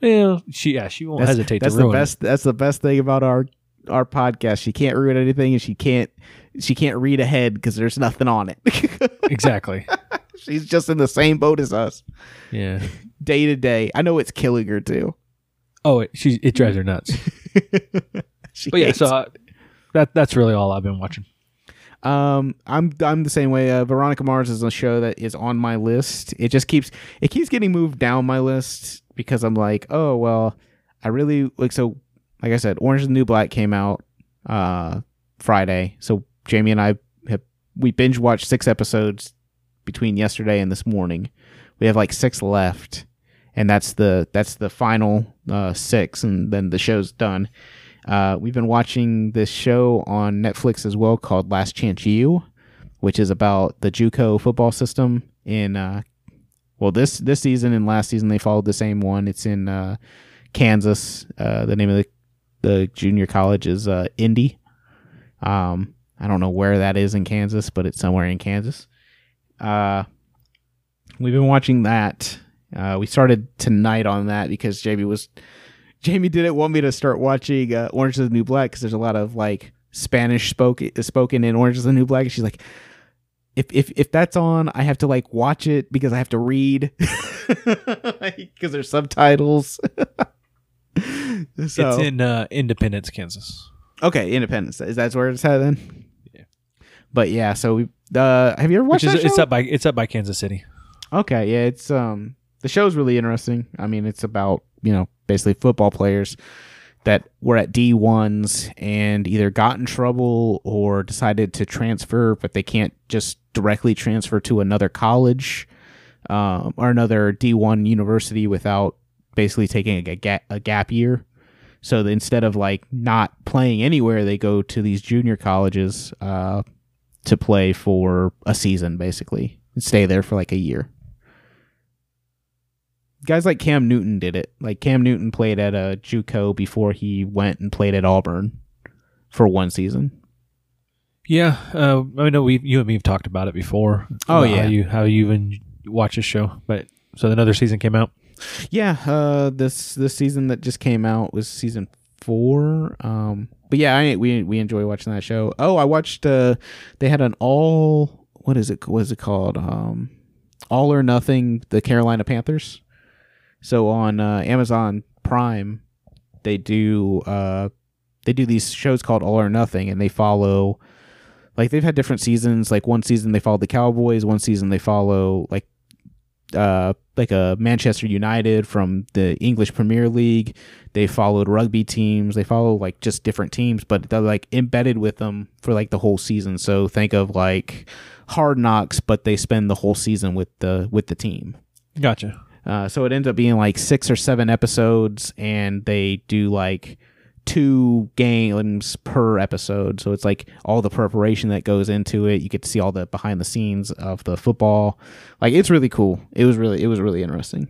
C: Yeah, she yeah she won't hesitate
B: that's
C: to ruin.
B: the
C: it.
B: best. That's the best thing about our our podcast. She can't ruin anything, and she can't she can't read ahead because there's nothing on it. [LAUGHS]
C: Exactly.
B: she's just in the same boat as us,
C: Yeah.
B: day to day. I know it's killing her too. [LAUGHS]
C: Oh, it, she it drives her nuts.
B: She
C: But yeah,
B: hates
C: so uh, that that's really all I've been watching.
B: Um, I'm I'm the same way. Uh, Veronica Mars is a show that is on my list. It just keeps it keeps getting moved down my list because I'm like, oh well, I really like so. Like I said, Orange is the New Black came out uh Friday, so Jamie and I have we binge watched six episodes between yesterday and this morning. We have like six left, and that's the that's the final uh, six, and then the show's done. Uh, we've been watching this show on Netflix as well called Last Chance U, which is about the JUCO football system in uh, well this this season and last season they followed the same one. It's in uh, Kansas. Uh, the name of the the junior college is uh, Indy. Um, I don't know where that is in Kansas, but it's somewhere in Kansas. Uh, we've been watching that. Uh, we started tonight on that because Jamie was Jamie didn't want me to start watching uh, Orange is the New Black because there's a lot of like Spanish spoke, spoken in Orange is the New Black. And she's like, if, if, if that's on, I have to like watch it because I have to read [LAUGHS] because there's subtitles. [LAUGHS] so,
C: It's in uh, Independence, Kansas.
B: okay, Independence. Is that where it's at then?
C: Yeah.
B: But yeah, so we, uh, have you ever watched
C: Which
B: that
C: is
B: show?
C: it's up by it's up by Kansas City.
B: Okay, yeah, it's um the show's really interesting. I mean, it's about, you know, basically football players that were at D1s and either got in trouble or decided to transfer, but they can't just directly transfer to another college um, or another D1 university without basically taking a, ga- a gap year. So that instead of like not playing anywhere, they go to these junior colleges uh, to play for a season, basically, and stay there for like a year guys like Cam Newton did it. Like Cam Newton played at a JUCO before he went and played at Auburn for one season.
C: Yeah, uh, I know we you and me have talked about it before.
B: Oh,
C: about
B: yeah.
C: how you how you even watch this show, but so another season came out.
B: Yeah, uh, this this season that just came out was season four. Um, but yeah, I we we enjoy watching that show. Oh, I watched. Uh, they had an all what is it? What is it called? Um, all or nothing. The Carolina Panthers. So on uh, Amazon Prime, they do uh, they do these shows called All or Nothing, and they follow like they've had different seasons. Like one season they followed the Cowboys, one season they follow like uh, like a Manchester United from the English Premier League. They followed rugby teams. They follow like just different teams, but they're like embedded with them for like the whole season. So think of like Hard Knocks, but they spend the whole season with the with the team.
C: Gotcha.
B: Uh, so it ends up being like six or seven episodes, and they do like two games per episode. So it's like all the preparation that goes into it. You get to see all the behind the scenes of the football. Like it's really cool. It was really it was really interesting.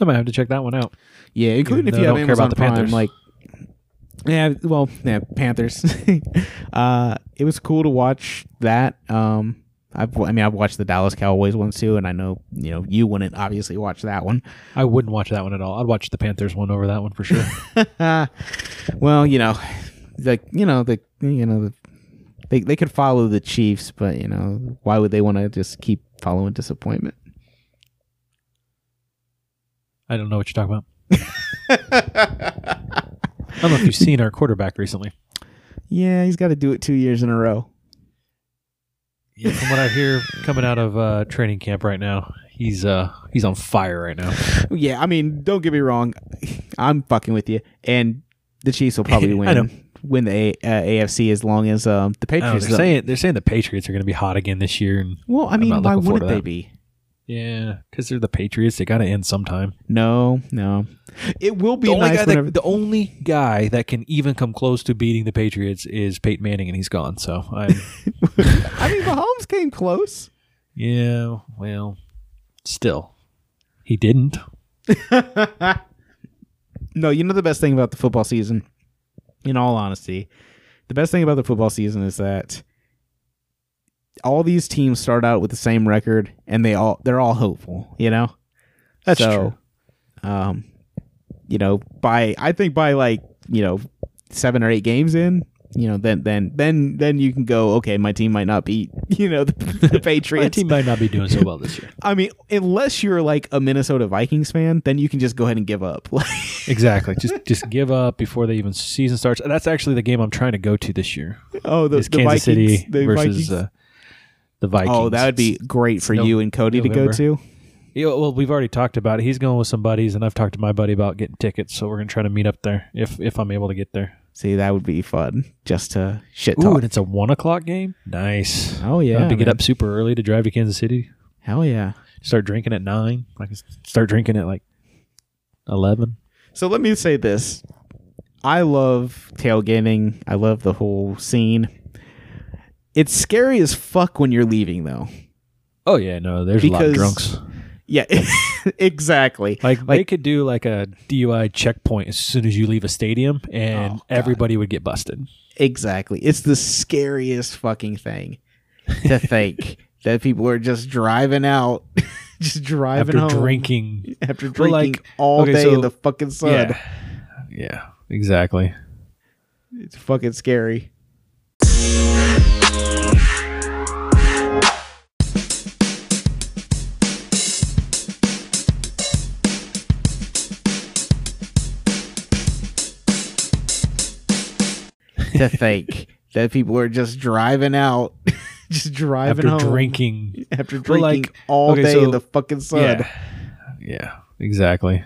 C: I might have to check that one out.
B: Yeah, including if
C: though
B: you
C: I
B: have
C: don't care
B: Amazon
C: about the
B: Prime,
C: Panthers.
B: like yeah, well, yeah, Panthers. [LAUGHS] uh, it was cool to watch that. Um, I've, I mean, I've watched the Dallas Cowboys one too, and I know you know you wouldn't obviously watch that one. [LAUGHS]
C: I wouldn't watch that one at all. I'd watch the Panthers one over that one for [LAUGHS] sure.
B: well, you know, like you know the you know the, they they could follow the Chiefs, but you know why would they want to just keep following disappointment? [LAUGHS]
C: I don't know what you're talking about. I don't know if you've seen our quarterback recently.
B: Yeah, he's got to do it two years in a row.
C: Yeah, from what I hear coming out of uh, training camp right now, he's uh he's on fire right now.
B: Yeah, I mean, don't get me wrong, I'm fucking with you, and the Chiefs
C: [LAUGHS]
B: will probably
C: I know.
B: win win the A, uh, AFC as long as um, the
C: I don't know,
B: Patriots.
C: Oh, they're saying they're saying the Patriots are going to be hot again this year, and
B: well, I
C: I'm
B: mean,
C: not
B: why
C: looking forward
B: wouldn't
C: to
B: they
C: that.
B: be?
C: yeah, because they're the Patriots, they got to end sometime.
B: No, no, it will be
C: the only
B: nice
C: guy
B: whenever
C: that, the only guy that can even come close to beating the Patriots is Peyton Manning, and he's gone. So I'm [LAUGHS]
B: I mean, Mahomes came close.
C: yeah, well, still he didn't.
B: [LAUGHS] No, you know the best thing about the football season, in all honesty, the best thing about the football season is that all these teams start out with the same record and they all they're all hopeful, you know?
C: That's
B: so, true. Um you know, by I think by like, you know, seven or eight games in, you know, then then then then you can go, okay, my team might not beat, [LAUGHS] you know, the, the
C: [LAUGHS] My
B: Patriots.
C: team might not be doing so well this year.
B: I mean, unless you're like a Minnesota Vikings fan, then you can just go ahead and give up. [LAUGHS] Like
C: [LAUGHS] Exactly. Just just give up before they even season starts. That's actually the game I'm trying to go to this year.
B: Oh, the,
C: is
B: the
C: Kansas
B: Vikings,
C: City
B: the
C: versus
B: Vikings.
C: uh, the Vikings.
B: oh, that would be great for
C: It's
B: you and Cody
C: November.
B: to go to.
C: Yeah, well, we've already talked about it. He's going with some buddies, and I've talked to my buddy about getting tickets. So we're gonna try to meet up there if if I'm able to get there.
B: See, that would be fun just to shit
C: Ooh,
B: talk.
C: and it's a one o'clock game. Nice.
B: oh
C: I
B: yeah,
C: have to get
B: man.
C: up super early to drive to Kansas City.
B: Hell yeah.
C: Start drinking at nine. I can start drinking at like eleven.
B: So let me say this: I love tailgating. I love the whole scene. It's scary as fuck when you're leaving, though.
C: Oh yeah, no, there's a lot of
B: Because-
C: drunks.
B: Yeah, [LAUGHS] exactly.
C: Like, they
B: like-
C: could do like a DUI checkpoint as soon as you leave a stadium, and
B: Oh, God.
C: everybody would get busted.
B: Exactly. It's the scariest fucking thing
C: [LAUGHS]
B: to think that people are just driving out, [LAUGHS] just driving
C: after
B: home
C: drinking.
B: after
C: Well,
B: drinking
C: like,
B: all
C: okay,
B: day
C: so-
B: in the fucking sun.
C: Yeah, yeah, exactly.
B: It's fucking scary. to think that people are just driving out, [LAUGHS] just driving
C: After
B: home
C: drinking.
B: after
C: Well,
B: drinking
C: like,
B: all
C: okay,
B: day
C: so-
B: in the fucking sun.
C: Yeah, yeah, exactly.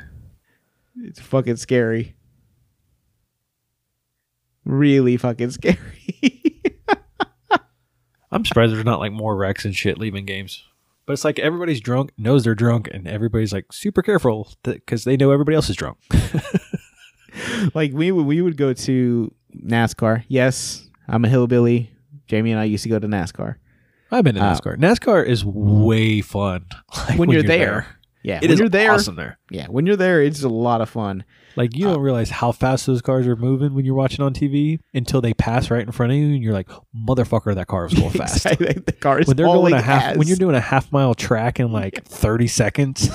B: It's fucking scary. Really fucking scary. [LAUGHS]
C: I'm surprised there's not like more wrecks and shit leaving games. But it's like everybody's drunk, knows they're drunk, and everybody's like super careful because they know everybody else is drunk.
B: like we would we would go to NASCAR. Yes, I'm a hillbilly. Jamie and I used to go to NASCAR.
C: I've been to
B: Uh,
C: NASCAR. NASCAR is way fun [LAUGHS] Like,
B: When you're there. Yeah,
C: It
B: when
C: is
B: you're there,
C: awesome there.
B: yeah, when you're there, it's a lot
C: [LAUGHS]
B: of fun.
C: Like
B: Uh.
C: you don't realize how fast those cars are moving when you're watching on TV until they pass right in front of you, and you're like, "Motherfucker, that car was
B: [LAUGHS]
C: going fast."
B: Exactly. the car is
C: When they're going
B: hauling
C: a half,
B: ass.
C: when you're doing a half mile track in
B: [LAUGHS]
C: like 30 seconds,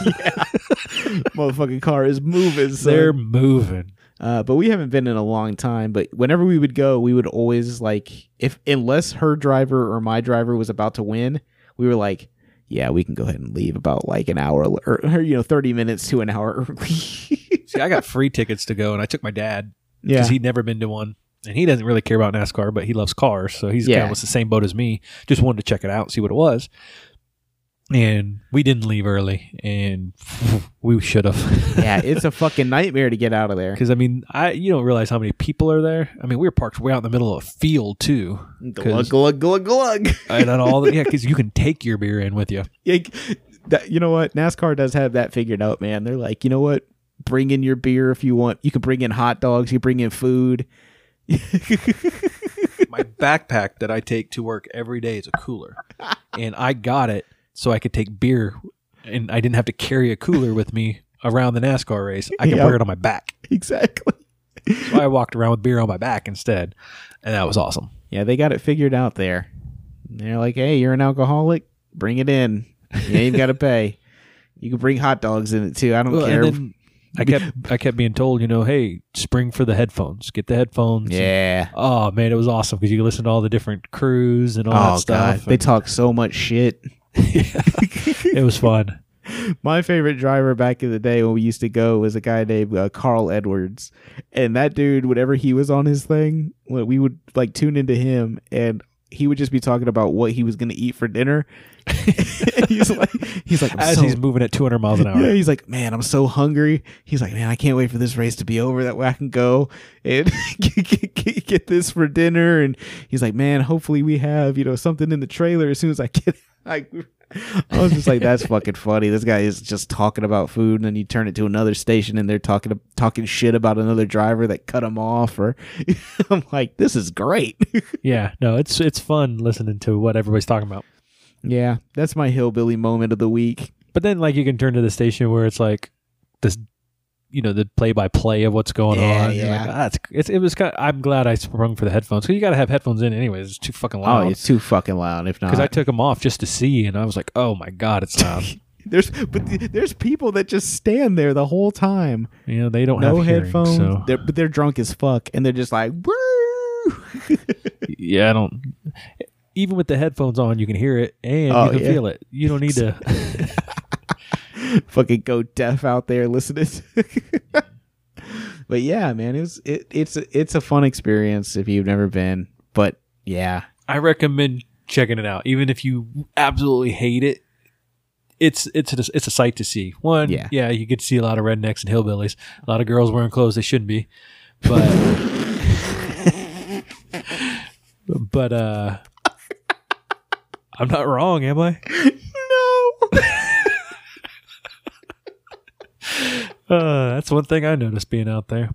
B: motherfucking car is moving. son.
C: they're moving.
B: Uh, but we haven't been in a long time. But whenever we would go, we would always like if unless her driver or my driver was about to win, we were like, yeah, we can go ahead and leave about like an hour or, or you know thirty minutes to an hour [LAUGHS]
C: [LAUGHS]
B: early.
C: See, I got free tickets to go, and I took my dad
B: yeah,
C: because he'd never been to one, and he doesn't really care about NASCAR, but he loves cars, so he's kind
B: Yeah.
C: of was the same boat as me. Just wanted to check it out, see what it was. And we didn't leave early, and [LAUGHS] we should have. [LAUGHS]
B: yeah, it's a fucking nightmare to get out of there.
C: Because I mean, I you don't realize how many people are there. I mean, we were parked way out in the middle of a field too,
B: Glug glug glug glug. [LAUGHS]
C: and then all the, yeah, because you can take your beer in with you.
B: Like, that, you know what? NASCAR does have that figured out, man. They're like, you know what? Bring in your beer if you want. You can bring in hot dogs. You bring
C: [LAUGHS]
B: in food.
C: My backpack that I take to work every day is a cooler, and I got it so I could take beer, and I didn't have to carry a cooler with me around the NASCAR race. I could
B: Yeah.
C: wear it on my back,
B: exactly.
C: so I walked around with beer on my back instead, and that was awesome.
B: Yeah, they got it figured out there. They're like, hey, you're an alcoholic. Bring it in. You ain't
C: [LAUGHS]
B: got to pay. You can bring hot dogs in it too. I don't
C: Well,
B: care.
C: and then I kept I kept being told, you know, hey, spring for the headphones, get the headphones,
B: yeah.
C: Oh man, it was awesome because you could listen to all the different crews and all
B: Oh
C: that
B: god,
C: stuff. [LAUGHS]
B: they talk so much shit.
C: it was fun.
B: My favorite driver back in the day when we used to go was a guy named uh, Carl Edwards, and that dude, whenever he was on his thing, when we would like tune into him, and he would just be talking about what he was going to eat for dinner. [LAUGHS] he's like, he's like, [LAUGHS] "I'm
C: As
B: so
C: he's moving at 200 miles an hour,
B: [LAUGHS] Yeah, he's like, man, I'm so hungry. He's like, man, I can't wait for this race to be over. That way I can go and [LAUGHS] get, get- get- get this for dinner. And he's like, man, hopefully we have you know something in the trailer as soon as I get. [LAUGHS] I, I was just like, that's fucking funny. This guy is just talking about food, and then you turn it to another station, and they're talking talking shit about another driver that cut him off. Or [LAUGHS] I'm like, this is great.
C: yeah, no, it's it's fun listening to what everybody's talking about.
B: yeah, that's my hillbilly moment of the week.
C: But then, like, you can turn to the station where it's like this, you know, the play-by-play of what's going
B: Yeah,
C: on. You're
B: yeah.
C: like, ah, it's, it's it was. Kind of, I'm glad I sprung for the headphones because you got to have headphones in anyways. It's too fucking
B: Oh,
C: loud.
B: it's too fucking loud. If not,
C: because I took them off just to see, and I was like, "Oh my god, it's loud!"
B: Um, [LAUGHS] There's but th- there's people that just stand there the whole time,
C: you know, they don't
B: no
C: have hearing,
B: headphones.
C: so-
B: They're, but they're drunk as fuck, and they're just like, "Woo!"
C: [LAUGHS]
B: [LAUGHS]
C: yeah, I don't. Even with the headphones on, you can hear it and
B: Oh,
C: you can
B: yeah.
C: feel it. You don't need
B: [LAUGHS]
C: to.
B: Fucking go deaf out there listening. [LAUGHS] but yeah, man, it's it, it's a, it's a fun experience if you've never been. But yeah,
C: [LAUGHS] I recommend checking it out, even if you absolutely hate it. It's it's a, it's a sight to see. One,
B: Yeah.
C: you get to see a lot of rednecks and hillbillies, a lot of girls wearing clothes they shouldn't be, but [LAUGHS] but uh, I'm not wrong, am I?
B: no,
C: Uh, that's one thing I noticed being out there.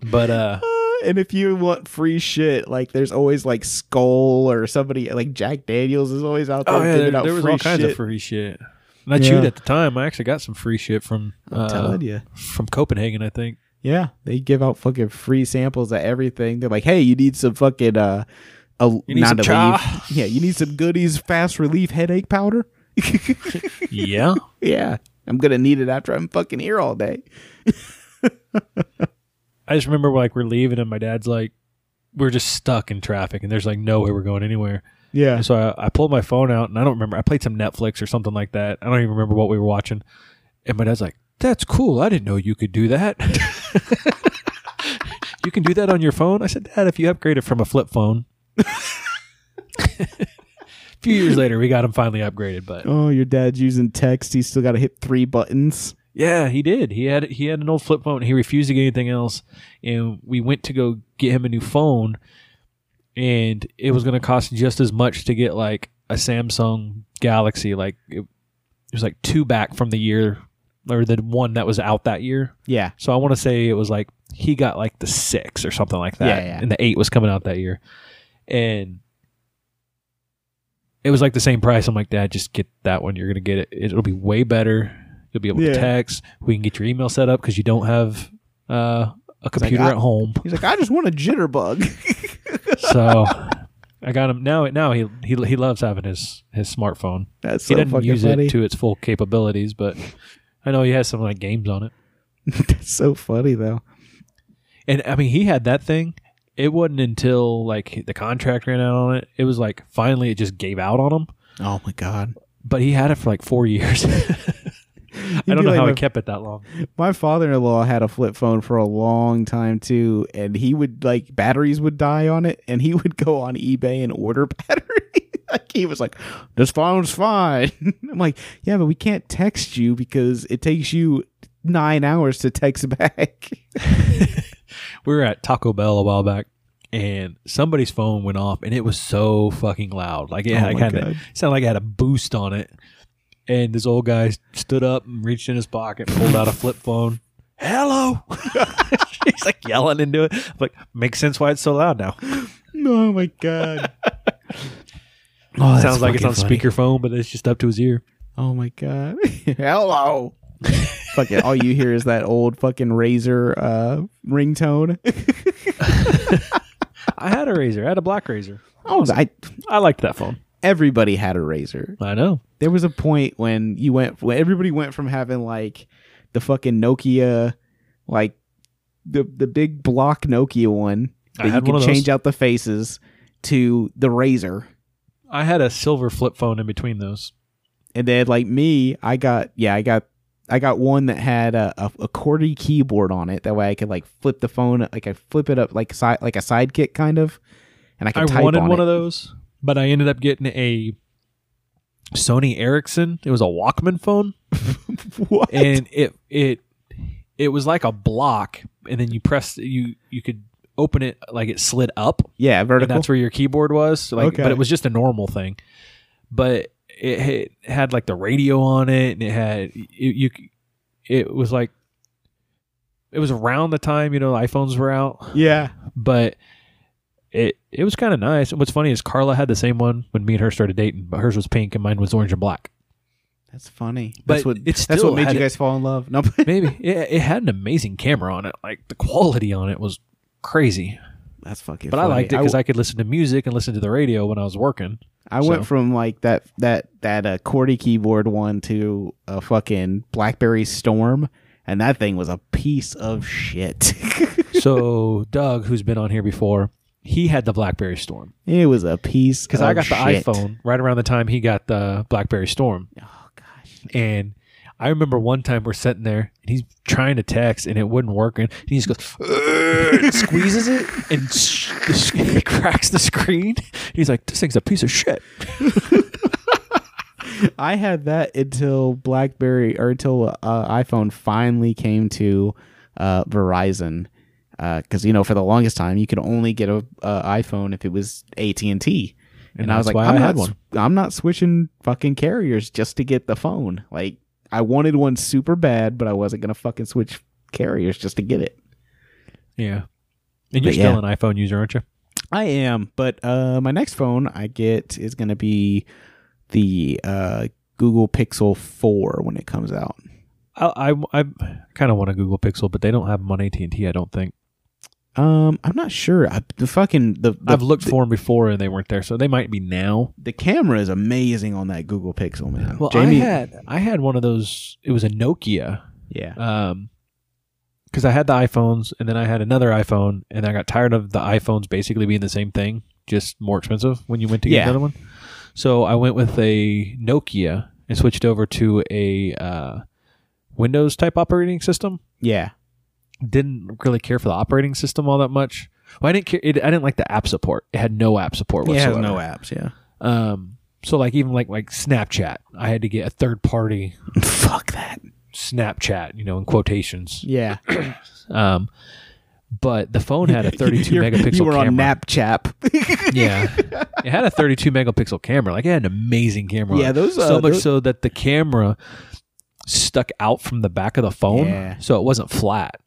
C: But uh,
B: [LAUGHS] and if you want free shit, like there's always like Skull or somebody like Jack Daniels is always out there
C: oh yeah,
B: giving
C: there,
B: out
C: there was
B: free
C: all kinds
B: shit.
C: of free shit. And I chewed
B: Yeah.
C: at the time. I actually got some free shit from
B: I'm
C: uh,
B: telling you.
C: from Copenhagen, I think.
B: Yeah, they give out fucking free samples of everything. They're like, hey, you need some fucking uh, a,
C: You need
B: not
C: some
B: a
C: cha.
B: leaf. [LAUGHS] Yeah, you need some goodies, fast relief headache powder.
C: Yeah.
B: yeah, I'm gonna need it after I'm fucking here all day.
C: [LAUGHS] I just remember like we're leaving and my dad's like, we're just stuck in traffic and there's like no way we're going anywhere.
B: Yeah,
C: So I, I pulled my phone out and I don't remember. I played some Netflix or something like that. I don't even remember what we were watching. And my dad's like, that's cool. I didn't know you could do that. [LAUGHS] you can do that on your phone? I said, Dad, if you upgrade it from a flip phone. [LAUGHS] a few years later, we got him finally upgraded. But
B: Oh, your dad's using text. He's still got to hit three buttons.
C: yeah, he did. He had he had an old flip phone. He refused to get anything else, and we went to go get him a new phone, and it was going to cost just as much to get like a Samsung Galaxy. Like it, it was like two back from the year or the one that was out that year.
B: Yeah.
C: So I want to say it was like he got like the six or something like that,
B: Yeah, yeah.
C: and the eight was coming out that year, and it was like the same price. I'm like, Dad, just get that one. You're gonna get it. It'll be way better. You'll be able
B: Yeah.
C: to text. We can get your email set up because you don't have uh, a computer
B: "I-"
C: at home.
B: He's like, I just want a jitterbug. [LAUGHS]
C: so I got him now. Now he he he loves having his his smartphone.
B: That's
C: he
B: so
C: doesn't
B: fucking
C: use
B: funny.
C: it to its full capabilities, but I know he has some like games on it.
B: That's [LAUGHS] so funny though.
C: And I mean, he had that thing. It wasn't until like the contract ran out on it. It was like finally it just gave out on him.
B: Oh my god.
C: But he had it for like four [LAUGHS]
B: [LAUGHS]
C: years. I don't know
B: like
C: how
B: my-
C: he kept it that long.
B: My father-in-law had a flip phone for a long time too, and he would like batteries would die on it, and he [LAUGHS] would go on eBay and order [LAUGHS] battery. like he was like, "This phone's fine." [LAUGHS] I'm like, "Yeah, but we can't text you because it takes you nine hours to text [LAUGHS] back."
C: We were at Taco Bell a while back, and somebody's phone went off, and it was so fucking loud. Like it
B: Oh
C: had
B: my
C: kind of
B: God.
C: sounded like it had a boost on it. And this old guy stood up and reached in his pocket, pulled out a flip phone. Hello. [LAUGHS] He's like yelling into it. I'm like makes sense why it's so loud now.
B: oh my god. Oh, that's
C: Sounds like it's on
B: fucking funny.
C: speakerphone, but it's just up to his ear.
B: Oh my god. [LAUGHS] Hello. fucking all you hear is that old fucking razor uh ringtone.
C: I had a razor. I had a black razor.
B: oh, [LAUGHS] I
C: I liked that phone.
B: everybody had a razor.
C: I know.
B: There was a point when you went when everybody went from having like the fucking Nokia like the the big block Nokia one
C: I
B: that you
C: had one
B: could
C: of
B: change out the faces to the razor.
C: I had a silver flip phone in between those.
B: And then like me, I got yeah, I got I got one that had a, a, a QWERTY keyboard on it. That way I could like flip the phone, like I flip it up like side like a sidekick kind of, and I could
C: I
B: type
C: wanted
B: on
C: one
B: it.
C: of those, but I ended up getting a Sony Ericsson. It was a Walkman phone,
B: [LAUGHS] what?
C: and it it it was like a block, and then you press you you could open it like it slid up,
B: yeah,
C: and
B: vertical.
C: that's where your keyboard was. so, like,
B: Okay.
C: but it was just a normal thing. But it, it had like the radio on it, and it had it, you. c- It was like it was around the time you know iPhones were out,
B: yeah.
C: but it it was kind of nice. And what's funny is Carla had the same one when me and her started dating, but hers was pink and mine was orange and black.
B: That's funny.
C: But
B: that's what
C: it
B: that's
C: still
B: what made
C: had
B: you
C: it.
B: guys fall in love. No,
C: Maybe it, it had an amazing camera on it, like the quality on it was crazy.
B: that's fucking.
C: But I
B: funny.
C: liked it because
B: I,
C: I could listen to music and listen to the radio when I was working.
B: I went
C: so.
B: from like that that that uh, QWERTY keyboard one to a fucking BlackBerry Storm, and that thing was a piece of shit. [LAUGHS]
C: so Doug, who's been on here before, he had the BlackBerry Storm
B: it was a piece
C: because
B: of
C: I got the
B: Oh, shit.
C: iPhone right around the time he got the BlackBerry Storm,
B: Oh gosh.
C: and I remember one time we're sitting there and he's trying to text and it wouldn't work, and he just goes "Ugh," squeezes it and sh- [LAUGHS] the sc- cracks the screen. He's like, "This thing's a piece of shit."
B: I had that until BlackBerry or until uh, iPhone finally came to uh, Verizon, because you know for the longest time you could only get a uh, iPhone if it was AT and T, and I was
C: that's why
B: like, I'm
C: I
B: not,
C: had one.
B: s- I'm not switching fucking carriers just to get the phone. Like I wanted one super bad, but I wasn't gonna fucking switch carriers just to get it.
C: Yeah. And you're
B: But
C: still
B: yeah.
C: an iPhone user, aren't you?
B: I am, but uh, my next phone I get is going to be the uh, Google Pixel 4 when it comes out.
C: I I, I kind of want a Google Pixel, but they don't have them on AT and T. I don't think
B: Um, I'm not sure. I, the fucking the the,
C: I've looked for them before and they weren't there, so they might be now.
B: the camera is amazing on that Google Pixel, man.
C: Well, I had I had one of those. It was a Nokia,
B: yeah,
C: um, because I had the iPhones and then I had another iPhone, and I got tired of the iPhones basically being the same thing, just more expensive when you went to get
B: Yeah.
C: another one. So I went with a Nokia and switched over to a uh, Windows type operating system.
B: yeah,
C: didn't really care for the operating system all that much. Well, I didn't care. It, I didn't like the app support. It had no app support
B: it has
C: whatsoever.
B: no apps. Yeah,
C: Um, so like even like like Snapchat, I had to get a third party
B: [LAUGHS] fuck that.
C: Snapchat, you know, in quotations.
B: Yeah,
C: Um, but the phone had a 32
B: [LAUGHS] You're-
C: megapixel
B: You were
C: camera.
B: on Napchap. [LAUGHS]
C: yeah, it had a 32 megapixel camera. Like it had an amazing camera.
B: Yeah, those,
C: so
B: uh,
C: much
B: those-
C: so that the camera stuck out from the back of the phone,
B: Yeah.
C: so it wasn't flat.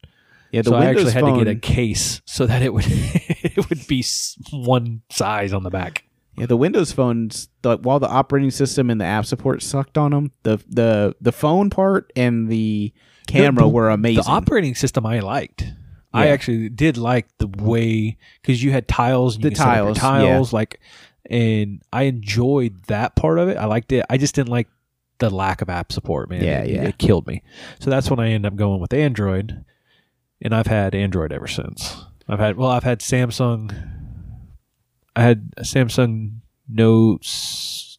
B: yeah,
C: so I actually had to get a case so that it would [LAUGHS] it would be s- one size on the back.
B: Yeah, the Windows phones, the, while the operating system and the app support sucked on them, the the the phone part and the camera
C: The-
B: were amazing.
C: The operating system I liked. I
B: Yeah.
C: actually did like the way because you had tiles, and you
B: The
C: could set up your
B: tiles,
C: tiles, like, and I enjoyed that part of it. I liked it. I just didn't like the lack of app support, man.
B: Yeah,
C: it,
B: yeah.
C: it killed me. So that's when I ended up going with Android, and I've had Android ever since. I've had well, I've had Samsung. I had a Samsung Note s-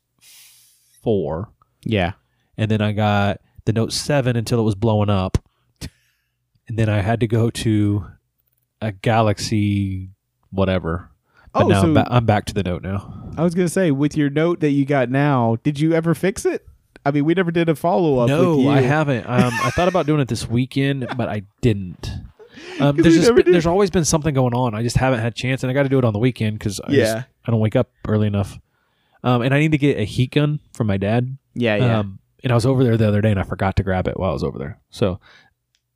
C: four,
B: yeah,
C: and then I got the Note 7 until it was blowing up. And then I had to go to a Galaxy whatever. But
B: Oh,
C: now I'm,
B: so-
C: ba- I'm back to the Note now.
B: I was gonna say with your note that you got now, did you ever fix it? I mean, we never did a follow up. with
C: No,
B: you.
C: I haven't. Um, I thought about doing it this
B: [LAUGHS]
C: weekend, but I didn't. Um,
B: 'Cause
C: there's
B: you
C: just
B: never
C: been-
B: did.
C: there's always been something going on. I just haven't had chance, and I got to do it on the weekend because I, just-
B: Yeah.
C: I don't wake up early enough. Um, and I need to get a heat gun from my dad.
B: Yeah, yeah.
C: Um, and I was over there the other day, and I forgot to grab it while I was over there. So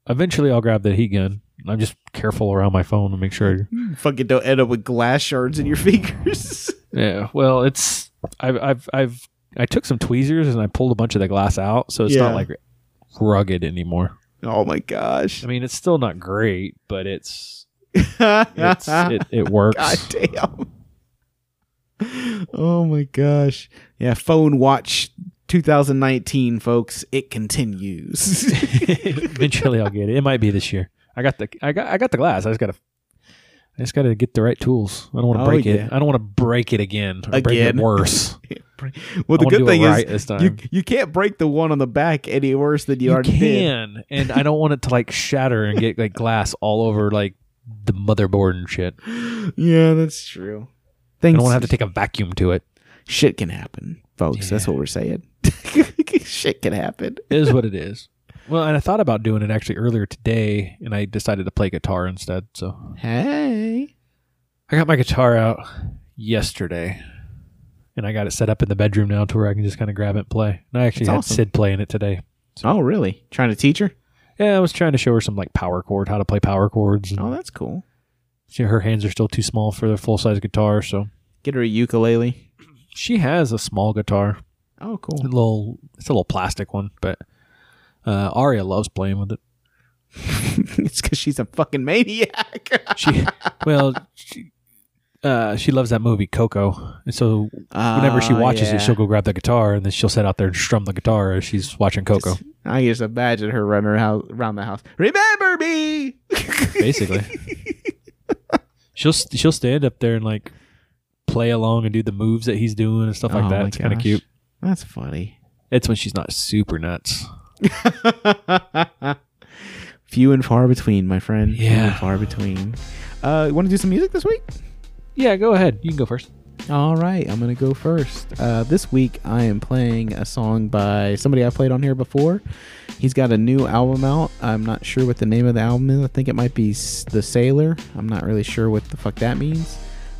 C: eventually, I'll grab the heat gun. I'm just careful around my phone to make sure.
B: Fucking don't end up with glass shards in your [LAUGHS] fingers.
C: Yeah. Well, it's I've I've I've I took some tweezers and I pulled a bunch of the glass out, so it's
B: Yeah.
C: not like rugged anymore.
B: oh my gosh.
C: I mean, it's still not great, but it's
B: [LAUGHS]
C: it's
B: God
C: it, it works. [LAUGHS]
B: damn. Oh my gosh. Yeah, phone watch 2019, folks. It
C: [LAUGHS]
B: continues.
C: eventually, I'll get it. It might be this year. I got the I got I got the glass. I just gotta. I just got to get the right tools. I don't want to
B: Oh,
C: break
B: yeah.
C: it. I don't want to break it again. Or break it
B: Again.
C: worse.
B: well, the
C: I wanna
B: good
C: do it
B: thing
C: right
B: is
C: this time.
B: you you can't break the one on the back any worse than you,
C: You
B: already did.
C: can, and I don't want it to like shatter and get like glass all over like the motherboard and shit.
B: Yeah, that's true.
C: I
B: Things
C: don't want to have to take a vacuum to it.
B: shit can happen, folks. That's
C: Yeah.
B: what we're saying. [LAUGHS] shit can happen.
C: It is what it
B: [LAUGHS]
C: is. Well, and I thought about doing it actually earlier today, and I decided to play guitar instead. So
B: Hey.
C: I got my guitar out yesterday, and I got it set up in the bedroom now to where I can just kind of grab it and play. And I actually
B: That's
C: had
B: awesome.
C: Sid playing it today.
B: Oh, really? Trying to teach her?
C: Yeah, I was trying to show her some like power chord, how to play power chords. And
B: Oh, that's cool.
C: she- her hands are still too small for the full size guitar, so
B: Get her a ukulele.
C: she has a small guitar.
B: Oh,
C: A [LAUGHS]
B: cool. [LAUGHS]
C: little it's a little plastic one, but uh, Aria loves playing with it.
B: it's because she's a fucking maniac. [LAUGHS]
C: She well, she, uh, she loves that movie Coco, and so whenever she
B: Ah,
C: watches
B: yeah.
C: it, she'll go grab the guitar and then she'll sit out there and strum the guitar as she's watching Coco.
B: Just- I just imagine her running around, around the house. Remember me. [LAUGHS]
C: basically, she'll st- she'll stand up there and like play along and do the moves that he's doing and stuff like
B: Oh
C: that.
B: my
C: It's kind of
B: gosh.
C: cute.
B: That's funny. [LAUGHS]
C: It's when she's not super nuts.
B: Few and far between, my friend. Few and
C: Yeah.
B: far between. Uh, want to do some music this week?
C: Yeah, go ahead. You can go first.
B: All right, I'm gonna go first. Uh, this week, I am playing a song by somebody I played on here before. He's got a new album out. I'm not sure what the name of the album is. I think it might be S- The Sailor. I'm not really sure what the fuck that means.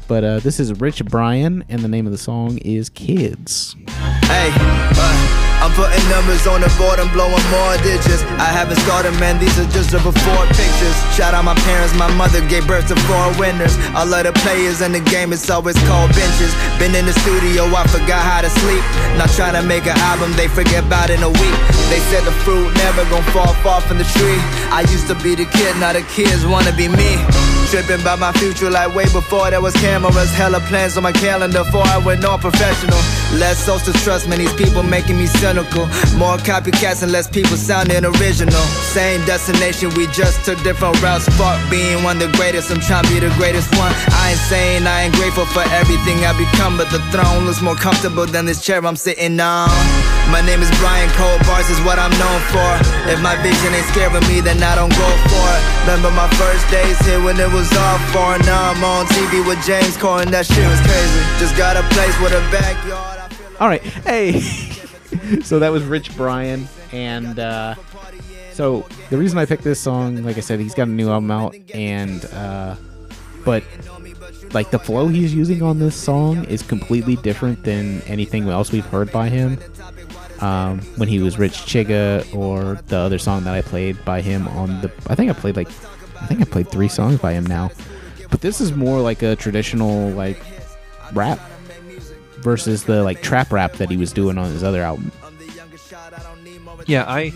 B: But uh, this is Rich Brian, and the name of the song is Kids.
A: Hey, uh, I'm putting numbers on the board, I'm blowing more digits. I haven't started, man, these are just the before pictures. Shout out my parents, my mother gave birth to four winners. I love the players in the game, it's always cold benches. Been in the studio, I forgot how to sleep. Not trying to make an album, they forget about in a week. They said the fruit never gonna fall far from the tree. I used to be the kid, now the kids wanna be me. Tripping by my future like way before there was cameras. Hella plans on my calendar before I went all professional. Less social trust, man, these people making me cynical. More copycats and less people sounding original. Same destination, we just took different routes. Fuck being one the greatest, I'm trying to be the greatest one. I ain't saying I ain't grateful for everything I become, but the throne looks more comfortable than this chair I'm sitting on. My name is Brian Cole, bars is what I'm known for. If my vision ain't scaring me, then I don't go for it. Remember my first days here when it was all foreign. Now I'm on TV with James Corden, that shit was crazy. Just got a place with a backyard. I feel
B: All right. Hey. [LAUGHS] so that was Rich Brian. And uh, so the reason I picked this song, like I said, he's got a new album out. And, uh, but like the flow he's using on this song is completely different than anything else we've heard by him. Um, when he was Rich Chiga or the other song that I played by him on the, I think I played like, I think I played three songs by him now. But this is more like a traditional, like, rap versus the like trap rap that he was doing on his other album.
C: Yeah, I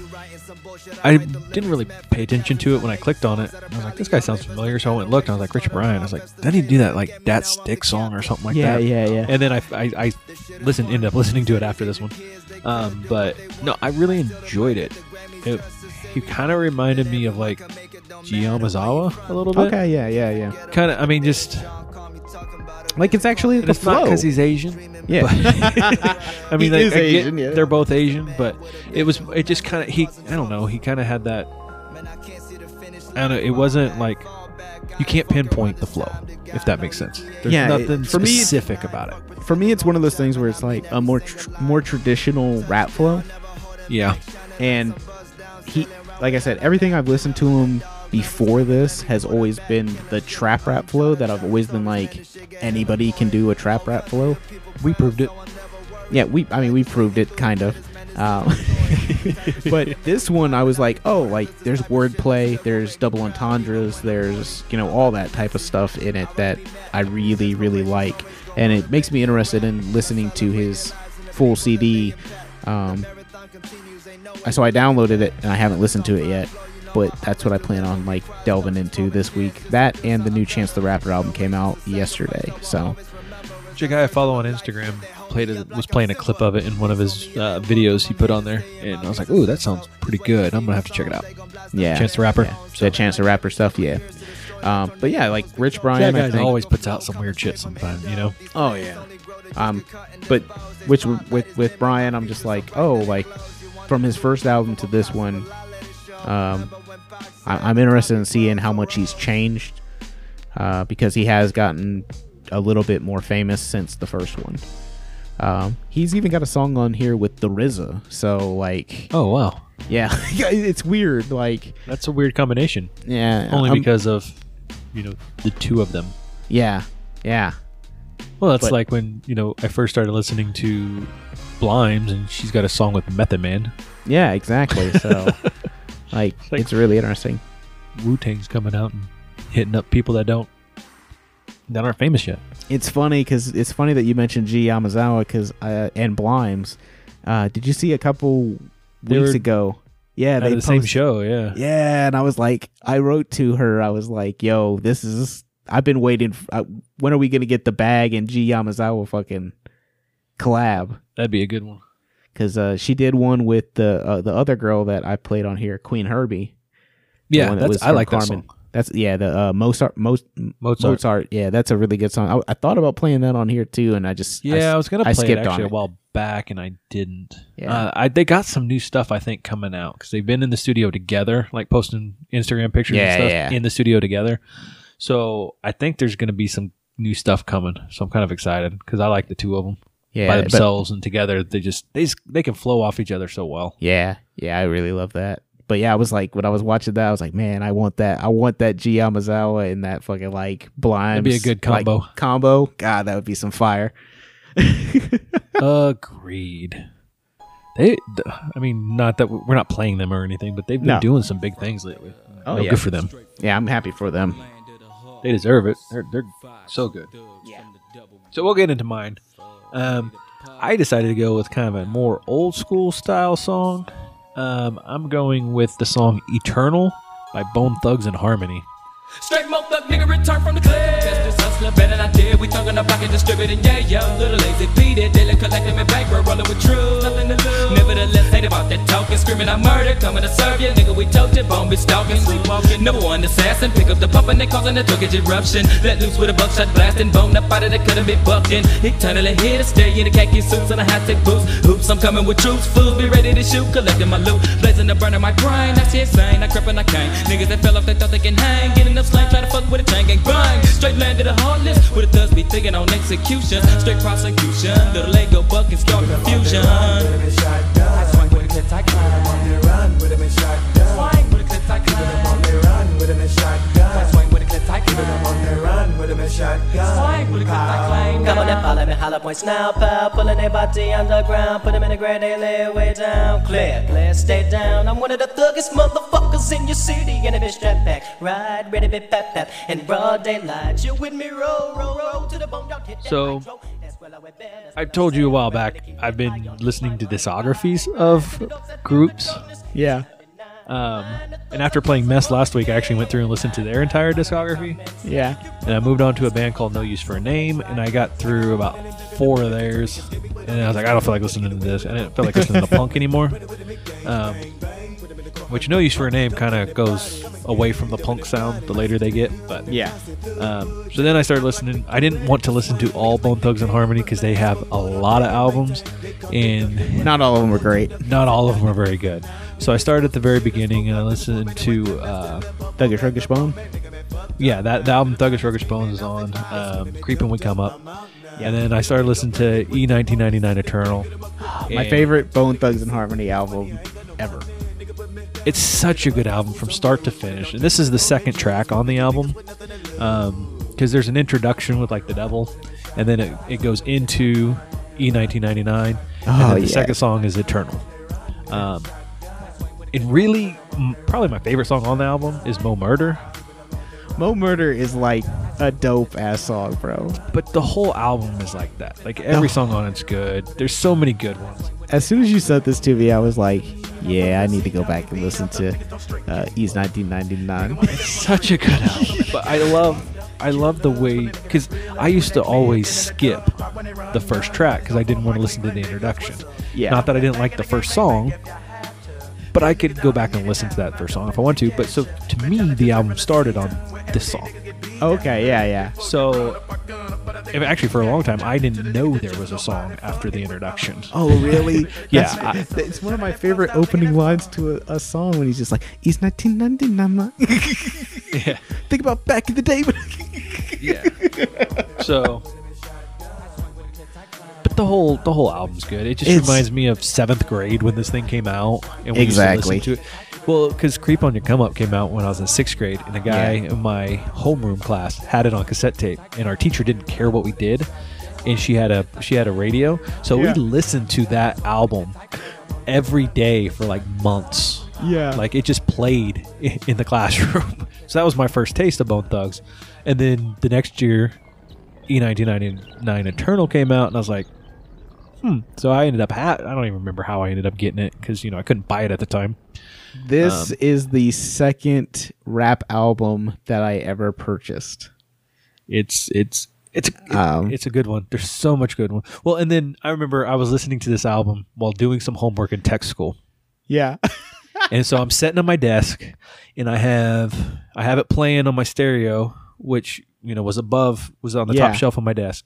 C: I didn't really pay attention to it when I clicked on it. I was like, this guy sounds familiar, so I went and looked. And I was like, Rich Brian. I was like, did he do that like that stick song or something like
B: Yeah,
C: that?
B: yeah, yeah.
C: And then I, I, I listened, ended up [LAUGHS] listening to it after this one. Um, but no, I really enjoyed it. It he kind of reminded me of like Mizawa a little bit.
B: Okay, yeah, yeah, yeah.
C: Kind of. I mean, just
B: Like it's actually
C: and
B: the
C: it's
B: flow.
C: not because he's Asian. [LAUGHS]
B: yeah,
C: I mean,
B: He
C: like,
B: is
C: I get
B: Asian, yeah.
C: They're both Asian, but it was it just kind of he. I don't know. He kind of had that. I don't know. It wasn't like you can't pinpoint the flow, if that makes sense. There's
B: Yeah, it-
C: nothing
B: for me, it-
C: specific about it.
B: [LAUGHS] for me, it's one of those things where it's like a more tr- more traditional rap flow,
C: Yeah,
B: and he, like I said, everything I've listened to him before this has always been the trap rap flow that I've always been like anybody can do a trap rap flow.
C: we proved it.
B: Yeah, we. I mean, we proved it, kind of. Um, [LAUGHS] but this one, I was like, oh, like there's wordplay, there's double entendres, there's you know all that type of stuff in it that I really, really like, and it makes me interested in listening to his full CD. Um, I- so I downloaded it and I haven't listened to it yet, but that's what I plan on like delving into this week. That and the new Chance the Rapper album came out yesterday, so
C: Chick I follow on Instagram played a, was playing a clip of it in one of his uh, videos he put on there, and I was like, "Ooh, that sounds pretty good. I'm gonna have to check it out."
B: yeah,
C: Chance the Rapper.
B: Yeah.
C: So-
B: That Chance the Rapper stuff, yeah. Um, but yeah, like Rich Brian, I
C: that guy
B: think.
C: always puts out some weird shit sometimes, you know.
B: oh yeah. Um, but which w- with with Brian, I'm just like, oh, like from his first album to this one, um, I, I'm interested in seeing how much he's changed, uh, because he has gotten a little bit more famous since the first one. Um, he's even got a song on here with the RZA, so like,
C: Oh wow,
B: yeah, [LAUGHS] it's weird, like,
C: that's a weird combination.
B: yeah,
C: only
B: I'm-
C: because of you know the two of them
B: yeah, yeah,
C: well that's
B: But-
C: like when you know i first started listening to blimes and she's got a song with method man
B: Yeah, exactly. [LAUGHS] So, like,
C: like-
B: it's really interesting.
C: wu-tang's coming out and hitting up people that don't that aren't famous yet
B: It's funny because it's funny that you mentioned G Yamazawa because uh, and Blimes. Uh, did you see a couple
C: They
B: weeks
C: were
B: ago? Yeah,
C: at
B: they
C: the same
B: post-
C: show yeah
B: Yeah, and I was like, I wrote to her. I was like, Yo, this is. I've been waiting. f I when are we gonna get the bag and G Yamazawa fucking collab?
C: that'd be a good one
B: Because uh, she did one with the uh, the other girl that I played on here, Queen Herbie. the
C: yeah
B: one that
C: that's,
B: was
C: i
B: from
C: like that
B: Carmen.
C: song
B: That's yeah, the uh, Mozart, Mozart,
C: mozart,
B: Mozart. Yeah, that's a really good song. I, I thought about playing that on here too, and I just I
C: yeah i,
B: s-
C: was gonna
B: I
C: play it
B: skipped on
C: actually a
B: it.
C: while back and i didn't
B: Yeah.
C: uh, I, they got some new stuff i think coming out because they've been in the studio together like posting instagram pictures
B: Yeah,
C: and stuff
B: yeah.
C: in the studio together so i think there's gonna be some new stuff coming so i'm kind of excited because i like the two of them
B: yeah,
C: by
B: but-
C: themselves and together they just they just, they can flow off each other so well
B: yeah, yeah, I really love that. But yeah, I was like when I was watching that, I was like, man, I want that. I want that G Yamazawa and that fucking like
C: That'd
B: blind.
C: be a good combo.
B: combo. God, that would be some fire.
C: agreed They, I mean, not that we're not playing them or anything, but they've been
B: No.
C: doing some big things lately.
B: Oh,
C: No,
B: yeah.
C: good for them.
B: Yeah, I'm happy for them.
C: They deserve it. They're they're so good.
B: Yeah.
C: So we'll get into mine. Um, I decided to go with kind of a more old school style song. Um, I'm going with the song "Eternal" by Bone Thugs and Harmony.
D: Straight moped up, nigga, return from the clip. Just this hustler, better not dead. We thuggin' the pocket, distributing, yeah, yeah. Little lazy beat daily collecting me back, we're rolling with truth. Nothing to lose. Nevertheless, they about that token, screaming, I murder, coming to serve ya. Nigga, we told ya, bone be stalking, sleepwalking. Number one assassin, pick up the pump and they causing a turkish eruption. Let loose with a buckshot blasting, bone up out of the couldn't be bucking. Eternally here to stay in the khaki suits and the high tech boots. Hoops, I'm coming with troops, fools be ready to shoot, collecting my loot. Blazing the burn of my grind, that's insane. I crept and I came. Niggas that fell off, they thought they can hang. Getting up slang, trying to fuck with a chain gang bang. Straight landed a heartless with a thirst be thinking on execution. Straight prosecution, little Lego buck and start confusion.
E: Come on and follow me, holler points now, pal. Pulling their body underground, put them in the grave, they lay way down. Clear, clear, stay down. I'm one of the thuggest motherfuckers in your city. And a bitch strap back, ride, ready, be pep pep. In broad daylight, you with me, roll, roll, roll to the bone, don't hit that
C: So,
E: nitro. That's well I wear bare, that's
C: I
E: well
C: told
E: wear
C: you a
E: bare.
C: while back. I've been listening to discographies of groups,
B: Yeah.
C: um, and after playing Mess last week, I actually went through and listened to their entire discography.
B: Yeah.
C: and I moved on to a band called No Use for a Name, and I got through about four of theirs, and I was like, I don't feel like listening to this. I didn't feel like listening to punk anymore. Um, which No Use for a Name kind of goes away from the punk sound the later they get, but
B: Yeah.
C: um, so then I started listening. I didn't want to listen to all Bone Thugs and Harmony because they have a lot of albums, and [LAUGHS]
B: Not all of them were great.
C: not all of them are very good. So I started at the very beginning and I listened to. Uh,
B: Doug Shrugish Bone.
C: yeah, that the album Thuggish Ruggish Bones is on. Um, Creeping would come up, and then I started listening to E 1999 Eternal.
B: My
C: And
B: favorite Bone Thugs and Harmony album ever.
C: It's such a good album from start to finish, and this is the second track on the album. Um, because there's an introduction with like the devil, and then it, it goes into E 1999, and
B: Oh,
C: then the
B: yeah.
C: second song is Eternal. Um, and really, m- probably my favorite song on the album is Mo Murder.
B: Mo Murder is like a dope ass song, bro.
C: but the whole album is like that. Like every
B: Oh.
C: song on it's good. There's so many good ones.
B: As soon as you said this to me, I was like, yeah, I need to go back and listen to uh, Ease 1999.
C: Such a good album. But I love, I love the way because I used to always skip the first track because I didn't want to listen to the introduction.
B: Yeah.
C: Not that I didn't like the first song, but I could go back and listen to that first song if I want to. But so to me, the album started on this song.
B: [LAUGHS] okay, yeah, yeah.
C: So. and Actually, for a long time, I didn't know there was a song after the introduction.
B: Oh, [LAUGHS] really?
C: Yeah,
B: That's- it's one of my favorite opening lines to a, a song when he's just like, Ease [LAUGHS] 1999. Think about back in the day. when [LAUGHS]
C: Yeah. so. But the whole the whole album's good. It just
B: It's-
C: reminds me of seventh grade when this thing came out, and we
B: Exactly.
C: used to listen to it. Well, because "Creep on Your Come Up" came out when I was in sixth grade, and a guy
B: Yeah.
C: in my homeroom class had it on cassette tape, and our teacher didn't care what we did, and she had a she had a radio, so
B: Yeah.
C: we listened to that album every day for like months.
B: Yeah.
C: Like it just played [LAUGHS] i- in the classroom. [LAUGHS] so that was my first taste of Bone Thugs. And then the next year, E1999 Eternal came out, and I was like, hmm. So I ended up, ha- I don't even remember how I ended up getting it because, you know, I couldn't buy it at the time.
B: This is the second rap album that I ever purchased.
C: It's, it's, it's,
B: Um,
C: it's a good one. There's so much good one. Well, and then I remember I was listening to this album while doing some homework in tech school.
B: Yeah. [LAUGHS]
C: and so I'm sitting on my desk, and I have I have it playing on my stereo, which you know was above was on the
B: Yeah.
C: top shelf on my desk,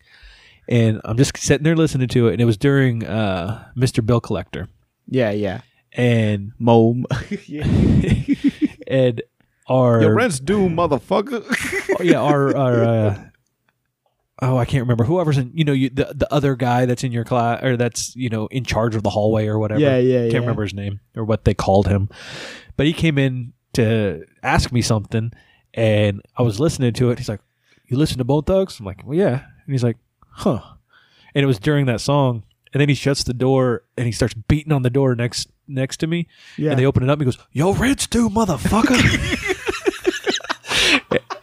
C: and I'm just sitting there listening to it, and it was during uh, Mr. Bill Collector,
B: yeah, yeah.
C: and
B: [LAUGHS] Mom.
C: and our Oh,
B: due, motherfucker.
C: yeah
B: [LAUGHS]
C: our our. Uh, Oh, I can't remember. Whoever's in, you know, you, the the other guy that's in your class or that's you know in charge of the hallway or whatever.
B: Yeah, yeah,
C: Can't
B: yeah.
C: remember his name or what they called him, but he came in to ask me something, and I was listening to it. He's like, "You listen to Bone Thugs?" I'm like, "Well, yeah." And he's like, "Huh?" And it was during that song, And then he shuts the door and he starts beating on the door next next to me.
B: Yeah.
C: And they open it up and he goes, Yo, rent's due,
B: [LAUGHS]
C: motherfucker.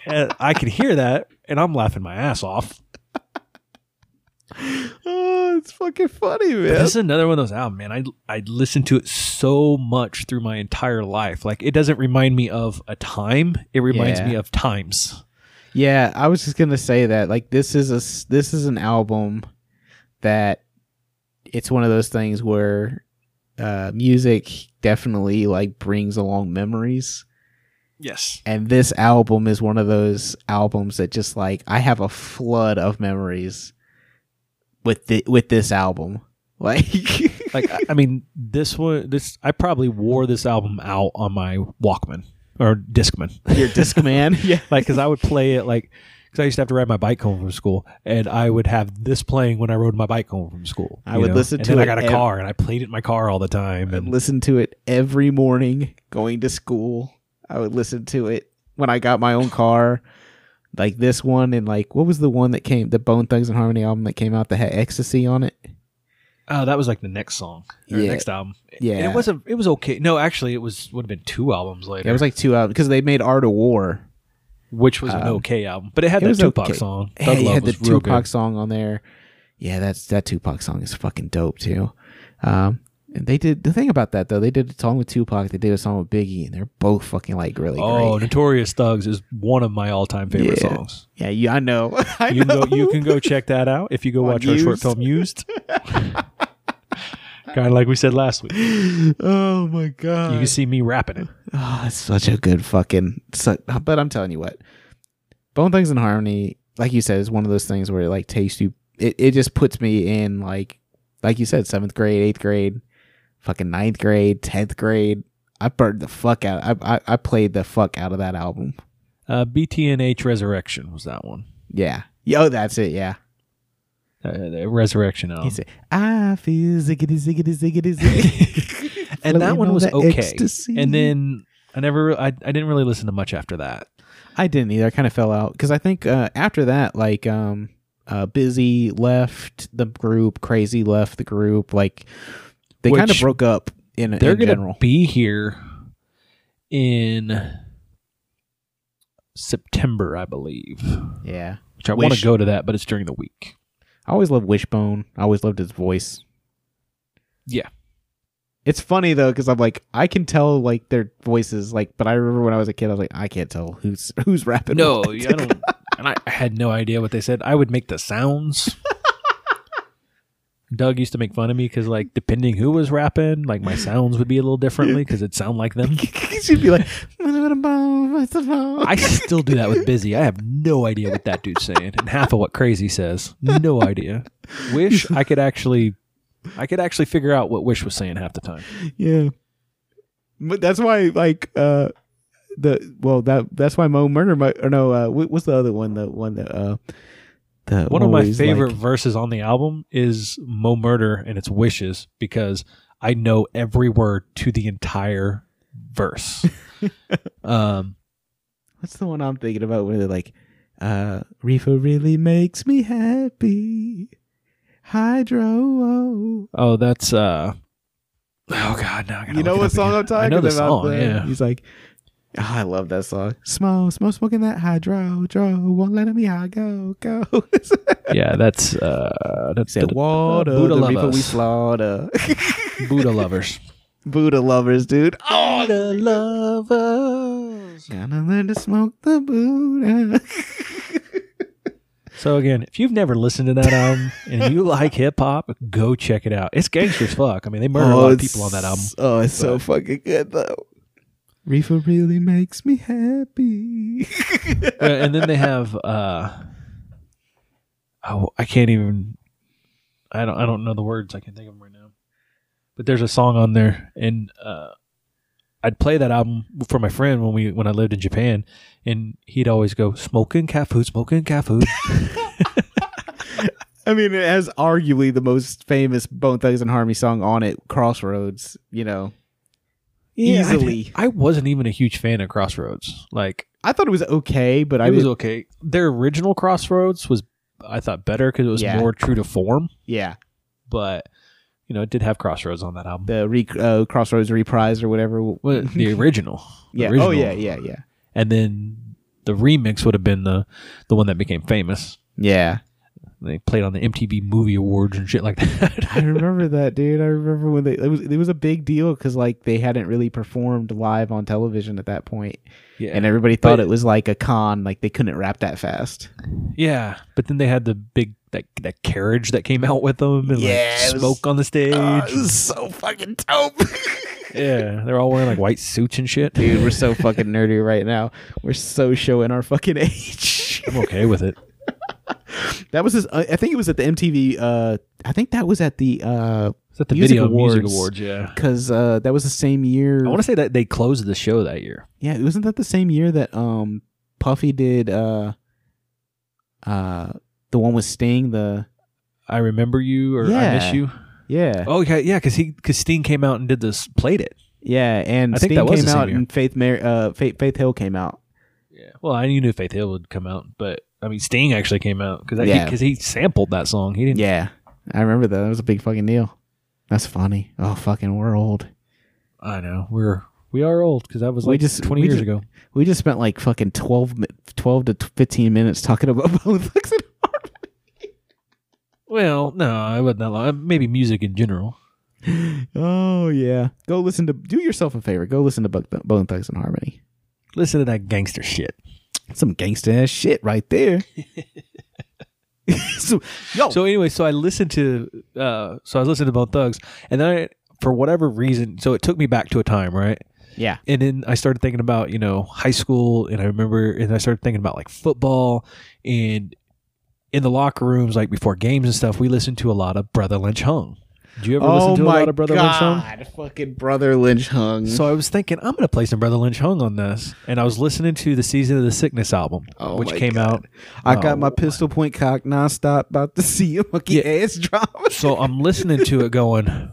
C: and I can hear that and I'm laughing my ass off.
B: Oh, it's fucking funny, man.
C: This is another one of those albums, man. I I listened to it so much through my entire life. Like it doesn't remind me of a time. It reminds
B: Yeah.
C: me of times.
B: Yeah, I was just gonna say that. Like, this is a s- this is an album that it's one of those things where uh, music definitely like brings along memories,
C: Yes.
B: and this album is one of those albums that just like I have a flood of memories with the with this album. [LAUGHS] Like,
C: Like I- I mean, this one this I probably wore this album out on my Walkman or Discman. [LAUGHS]
B: your Discman, yeah.
C: like because I would play it like because I used to have to ride my bike home from school, and I would have this playing when I rode my bike home from school.
B: I
C: you
B: would listen
C: and
B: to
C: then
B: it
C: I got a
B: ev-
C: car, and I played it in my car all the time.
B: I'd
C: And
B: listen to it every morning going to school. I would listen to it when I got my own car. Like this one and like what was the one that came the Bone Thugs and Harmony album that came out that had ecstasy on it?
C: oh, that was like the next song, or
B: Yeah.
C: next album.
B: Yeah.
C: and it was a, it was okay. No, actually, it was would have been two albums later.
B: Yeah, it was like two albums because they made Art of War.
C: which was an
B: um,
C: okay album, but it had
B: it
C: the
B: was
C: Tupac
B: okay.
C: song.
B: Yeah,
C: Thug
B: you
C: Love
B: had the
C: was real
B: Tupac song on there. Yeah, that's that Tupac song is fucking dope too. Um, and they did the thing about that though. They did a song with Tupac. They did a song with Biggie, and they're both fucking like really
C: Good. Oh,
B: great.
C: Notorious Thugs is one of my all time favorite
B: Yeah.
C: songs.
B: Yeah, you, I know. [LAUGHS] I
C: You can
B: know.
C: go, you can go check that out if you go
B: On
C: watch our short
B: Used.
C: film [LAUGHS] Used. kind of like we said last week.
B: oh my god!
C: You can see me rapping it.
B: Oh, it's such a good fucking. Su- but I'm telling you what, Bone Thugs and Harmony, like you said, is one of those things where it like takes you. It, it just puts me in like, like you said, seventh grade, eighth grade, fucking ninth grade, tenth grade. I burned the fuck out. I, I I played the fuck out of that album.
C: Uh, BTNH Resurrection was that one.
B: Yeah. Yo, that's it. Yeah.
C: Uh, the Resurrection album.
B: He said, "I feel ziggity ziggity ziggity ziggity."
C: and that
B: floating
C: one
B: on
C: was
B: that
C: okay.
B: ecstasy.
C: And then I never, I, I didn't really listen to much after that.
B: I didn't either. I kind of fell out because I think uh, after that, like, um, uh, busy left the group, crazy left the group. Like, they kind of
C: Which
B: broke up in,
C: They're
B: in
C: gonna
B: general.
C: be here in September, I believe.
B: yeah,
C: Which I want
B: Wish-
C: to go to that, but it's during the week.
B: I always loved Wishbone. I always loved his voice.
C: Yeah.
B: It's funny though because I'm like, I can tell like their voices, like, but I remember when I was a kid, I was like, I can't tell who's [LAUGHS] who's rapping.
C: No,
B: what.
C: yeah,
B: [LAUGHS]
C: I don't. And I, I had no idea what they said. I would make the sounds. Doug used to make fun of me because, like, depending who was rapping, like my sounds would be a little differently because it'd sound like them.
B: she'd be like, I
C: I still do that with Busy. I have no idea what that dude's saying and half of what Crazy says. No idea. Wish I could actually, I could actually figure out what Wish was saying half the time.
B: Yeah. But that's why, like, uh, the well, that that's why Mo Murder, Mo, or no, uh, wh- what's the other one? The one that, uh, the
C: One of
B: where
C: my
B: he's like-
C: favorite verses on the album is Mo Murder and it's Wishes because I know every word to the entire [LAUGHS] verse. um,
B: what's the one I'm thinking about where they're like, uh, Reefer really makes me happy. Hydro. oh."
C: oh, that's uh, oh god, now I gotta
B: You know
C: look it
B: what
C: up
B: song
C: again.
B: I'm talking
C: I know the
B: about?
C: song,
B: there?
C: yeah.
B: He's like, "Ah, I love that song. Smoke, smoke, smoking that hydro, dro, won't let me high go, go. [LAUGHS]
C: [LAUGHS] yeah, that's uh, that's
B: Said water,
C: Buddha
B: the reefer we
C: lovers.
B: slaughter.
C: Buddha lovers.
B: Buddha lovers, dude. Oh,
C: Buddha lovers.
B: gonna learn to smoke the [LAUGHS] Buddha.
C: [LAUGHS] So again, if you've never listened to that album and you like hip hop, go check it out. It's gangster as fuck. I mean, they murder a lot of people on that album.
B: Oh, it's so fucking good though. Reefer really makes me happy.
C: Uh, and then they have uh oh, I can't even I don't I don't know the words. I can't think of them right now. But there's a song on there and uh I'd play that album for my friend when we when I lived in Japan and he'd always go smoking cat food, smoking cat
B: [LAUGHS]
C: food.
B: I mean, it has arguably the most famous Bone Thugs and Harmony song on it, "Crossroads." You know,
C: Yeah, I-
B: Easily.
C: I, wasn't even a huge fan of Crossroads. Like
B: I thought it was okay, but I
C: it was
B: did-
C: okay. Their original Crossroads was I thought better because it was
B: Yeah.
C: more true to form.
B: yeah,
C: but you know, it did have Crossroads on that album.
B: the re- uh, Crossroads reprise or
C: [LAUGHS]
B: whatever.
C: Well, the original. the
B: yeah.
C: original.
B: Oh yeah, yeah, yeah,
C: And then the remix would have been the the one that became famous.
B: yeah.
C: They played on the MTV Movie Awards and shit like [LAUGHS] that.
B: I remember that, dude. I remember when they it was it was a big deal because like they hadn't really performed live on television at that point,
C: yeah.
B: and everybody thought
C: But-
B: it was like a con, like they couldn't rap that fast.
C: yeah. But then they had the big that that carriage that came out with them and
B: Yeah,
C: like
B: it was-
C: smoke on the stage.
B: was so fucking dope,
C: [LAUGHS] yeah. They're all wearing like white suits and shit.
B: dude. We're so fucking nerdy right now. We're so showing our fucking age.
C: I'm okay with it.
B: that was his. I I think it was at the MTV. Uh, I think that was at the uh,
C: Is that the
B: Music
C: video music
B: Awards.
C: awards? Yeah.
B: because uh, that was the same year.
C: I want to say that they closed the show that year.
B: Yeah, wasn't that the same year that um Puffy did uh uh the one with Sting, the
C: I remember you or I miss
B: Yeah.
C: you.
B: yeah.
C: Oh yeah, yeah, because he because Sting came out and did this, played it.
B: Yeah, and
C: I think
B: Sting
C: that was
B: came
C: the same
B: out
C: year.
B: and Faith Mar- uh Faith, Faith Hill came out.
C: Yeah. Well, I knew Faith Hill would come out, but I mean Sting actually came out because
B: Yeah.
C: because he, sampled that song. He didn't.
B: Yeah. I remember that. That was a big fucking deal. That's funny. Oh fucking we're old.
C: I know we're we are old because that was
B: We
C: like
B: just-
C: twenty
B: we
C: years
B: just-
C: ago.
B: We just spent like fucking 12, mi- 12 to 15 minutes talking about [LAUGHS] Bone and Harmony.
C: Well, no, it wasn't that long. Maybe music in general.
B: Oh yeah. Go listen to do yourself a favor. Go listen to Bu- Bone Thugs and Harmony.
C: Listen to that gangster shit.
B: Some gangsta ass shit right
C: [LAUGHS]
B: there. so, yo,
C: So anyway, so I listened to uh so I was listening to Bone Thugs, and then I, for whatever reason, so it took me back to a time, right?
B: Yeah.
C: and then I started thinking about you know high school, and I remember, and I started thinking about like football, and in the locker rooms, like before games and stuff, we listened to a lot of Brother Lynch Hung. Did you ever listen to a lot of Brother Lynch Hung?
B: oh Fucking brother Lynch hung.
C: So I was thinking I'm gonna play some Brother Lynch Hung on this, and I was listening to the Season of the Sickness album,
B: Oh
C: which
B: my
C: came
B: God.
C: out.
B: I got my
C: Oh.
B: pistol point cock nonstop, about to see a monkey
C: Yeah.
B: ass drop. [LAUGHS]
C: So I'm listening to it, going,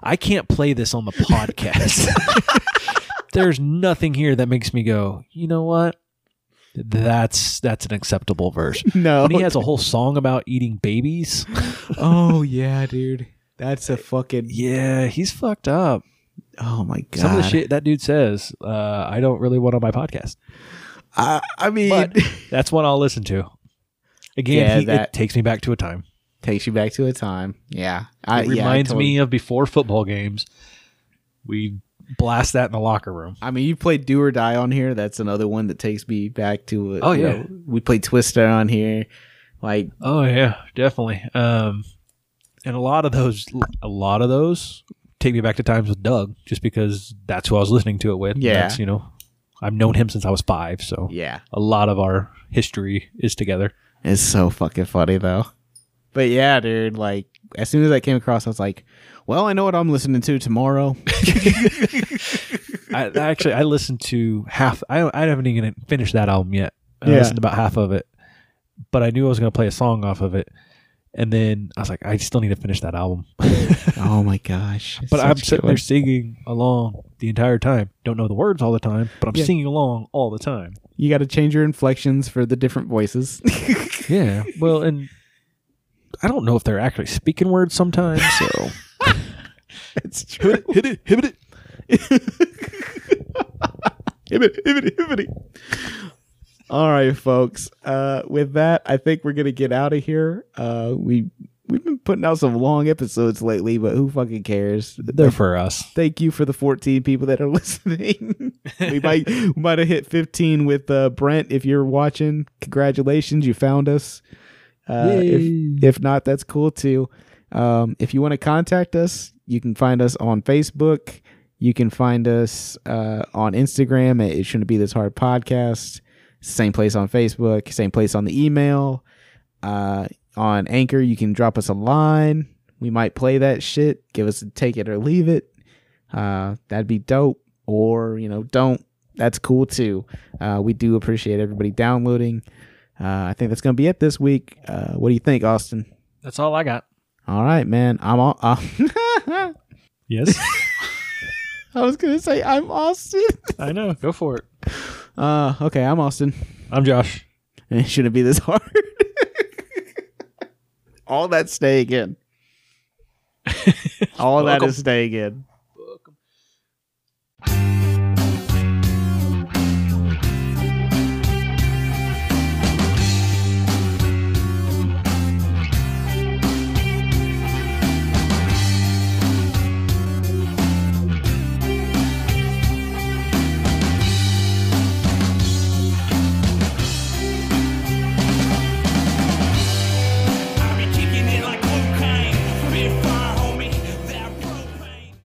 C: I can't play this on the podcast. [LAUGHS] There's nothing here that makes me go, you know what? That's that's an acceptable verse.
B: no.
C: And he has a whole song about eating babies.
B: oh yeah, dude. That's a fucking.
C: yeah, he's fucked up.
B: Oh my god.
C: Some of the shit that dude says, uh, I don't really want on my podcast.
B: I, I mean,
C: But that's one I'll listen to. Again,
B: Yeah,
C: he, it
B: that-
C: takes me back to a time.
B: [LAUGHS] takes you back to a time. Uh, Yeah. I,
C: It reminds me of before football games. We blast that in the locker room.
B: I mean, you played Do or Die on here. That's another one that takes me back to. A,
C: Oh,
B: you
C: yeah.
B: know, we played Twister on here. Like
C: Oh yeah, definitely. Um, and a lot of those, a lot of those take me back to times with Doug, just because that's who I was listening to it with. and
B: Yeah.
C: that's, you know, I've known him since I was five, so
B: yeah,
C: a lot of our history is together.
B: It's so fucking funny though. But yeah, dude, like as soon as I came across, I was like, well, I know what I'm listening to [LAUGHS] tomorrow.
C: I, I actually I listened to half. I don't- I haven't even finished that album yet. I
B: Yeah.
C: listened to about half of it, but I knew I was going to play a song off of it, and then I was like, I still need to finish that album.
B: oh my gosh. it's
C: But
B: such
C: I'm
B: a good
C: sitting
B: one.
C: there singing along the entire time. Don't know the words all the time, but I'm
B: Yeah.
C: singing along all the time.
B: You got to change your inflections for the different voices.
C: Yeah. Well, and I don't know if they're actually speaking words sometimes. So
B: [LAUGHS] it's true. Hit it, hit it, [LAUGHS] hit it. Hit it, hit it. All right, folks. Uh, with that, I think we're gonna get out of here. Uh, we we've been putting out some long episodes lately, but who fucking cares?
C: [LAUGHS] they're for us.
B: thank you for the 14 people that are [LAUGHS] listening. we might we might have hit 15 with uh, Brent. If you're watching, congratulations, you found us. Uh, if if not, that's cool too. Um, if you want to contact us, you can find us on Facebook. You can find us uh, on Instagram at It Shouldn't Be This Hard Podcast. Same place on Facebook. Same place on the email. Uh, on Anchor, you can drop us a line. We might play that shit. Give us a take it or leave it uh, that'd be dope. Or you know, don't. That's cool too. Uh, we do appreciate everybody downloading. Uh, I think that's gonna be it this week. Uh, what do you think, Austin?
C: That's all I got.
B: All right, man. I'm all. [LAUGHS] Uh,
C: Yes.
B: I was gonna say I'm Austin.
C: [LAUGHS]
B: [LAUGHS]
C: I know. Go for it.
B: Uh, okay, I'm Austin. [LAUGHS]
C: I'm Josh.
B: It shouldn't be this hard. [LAUGHS] all that stay again. All that
C: Welcome.
B: is staying in.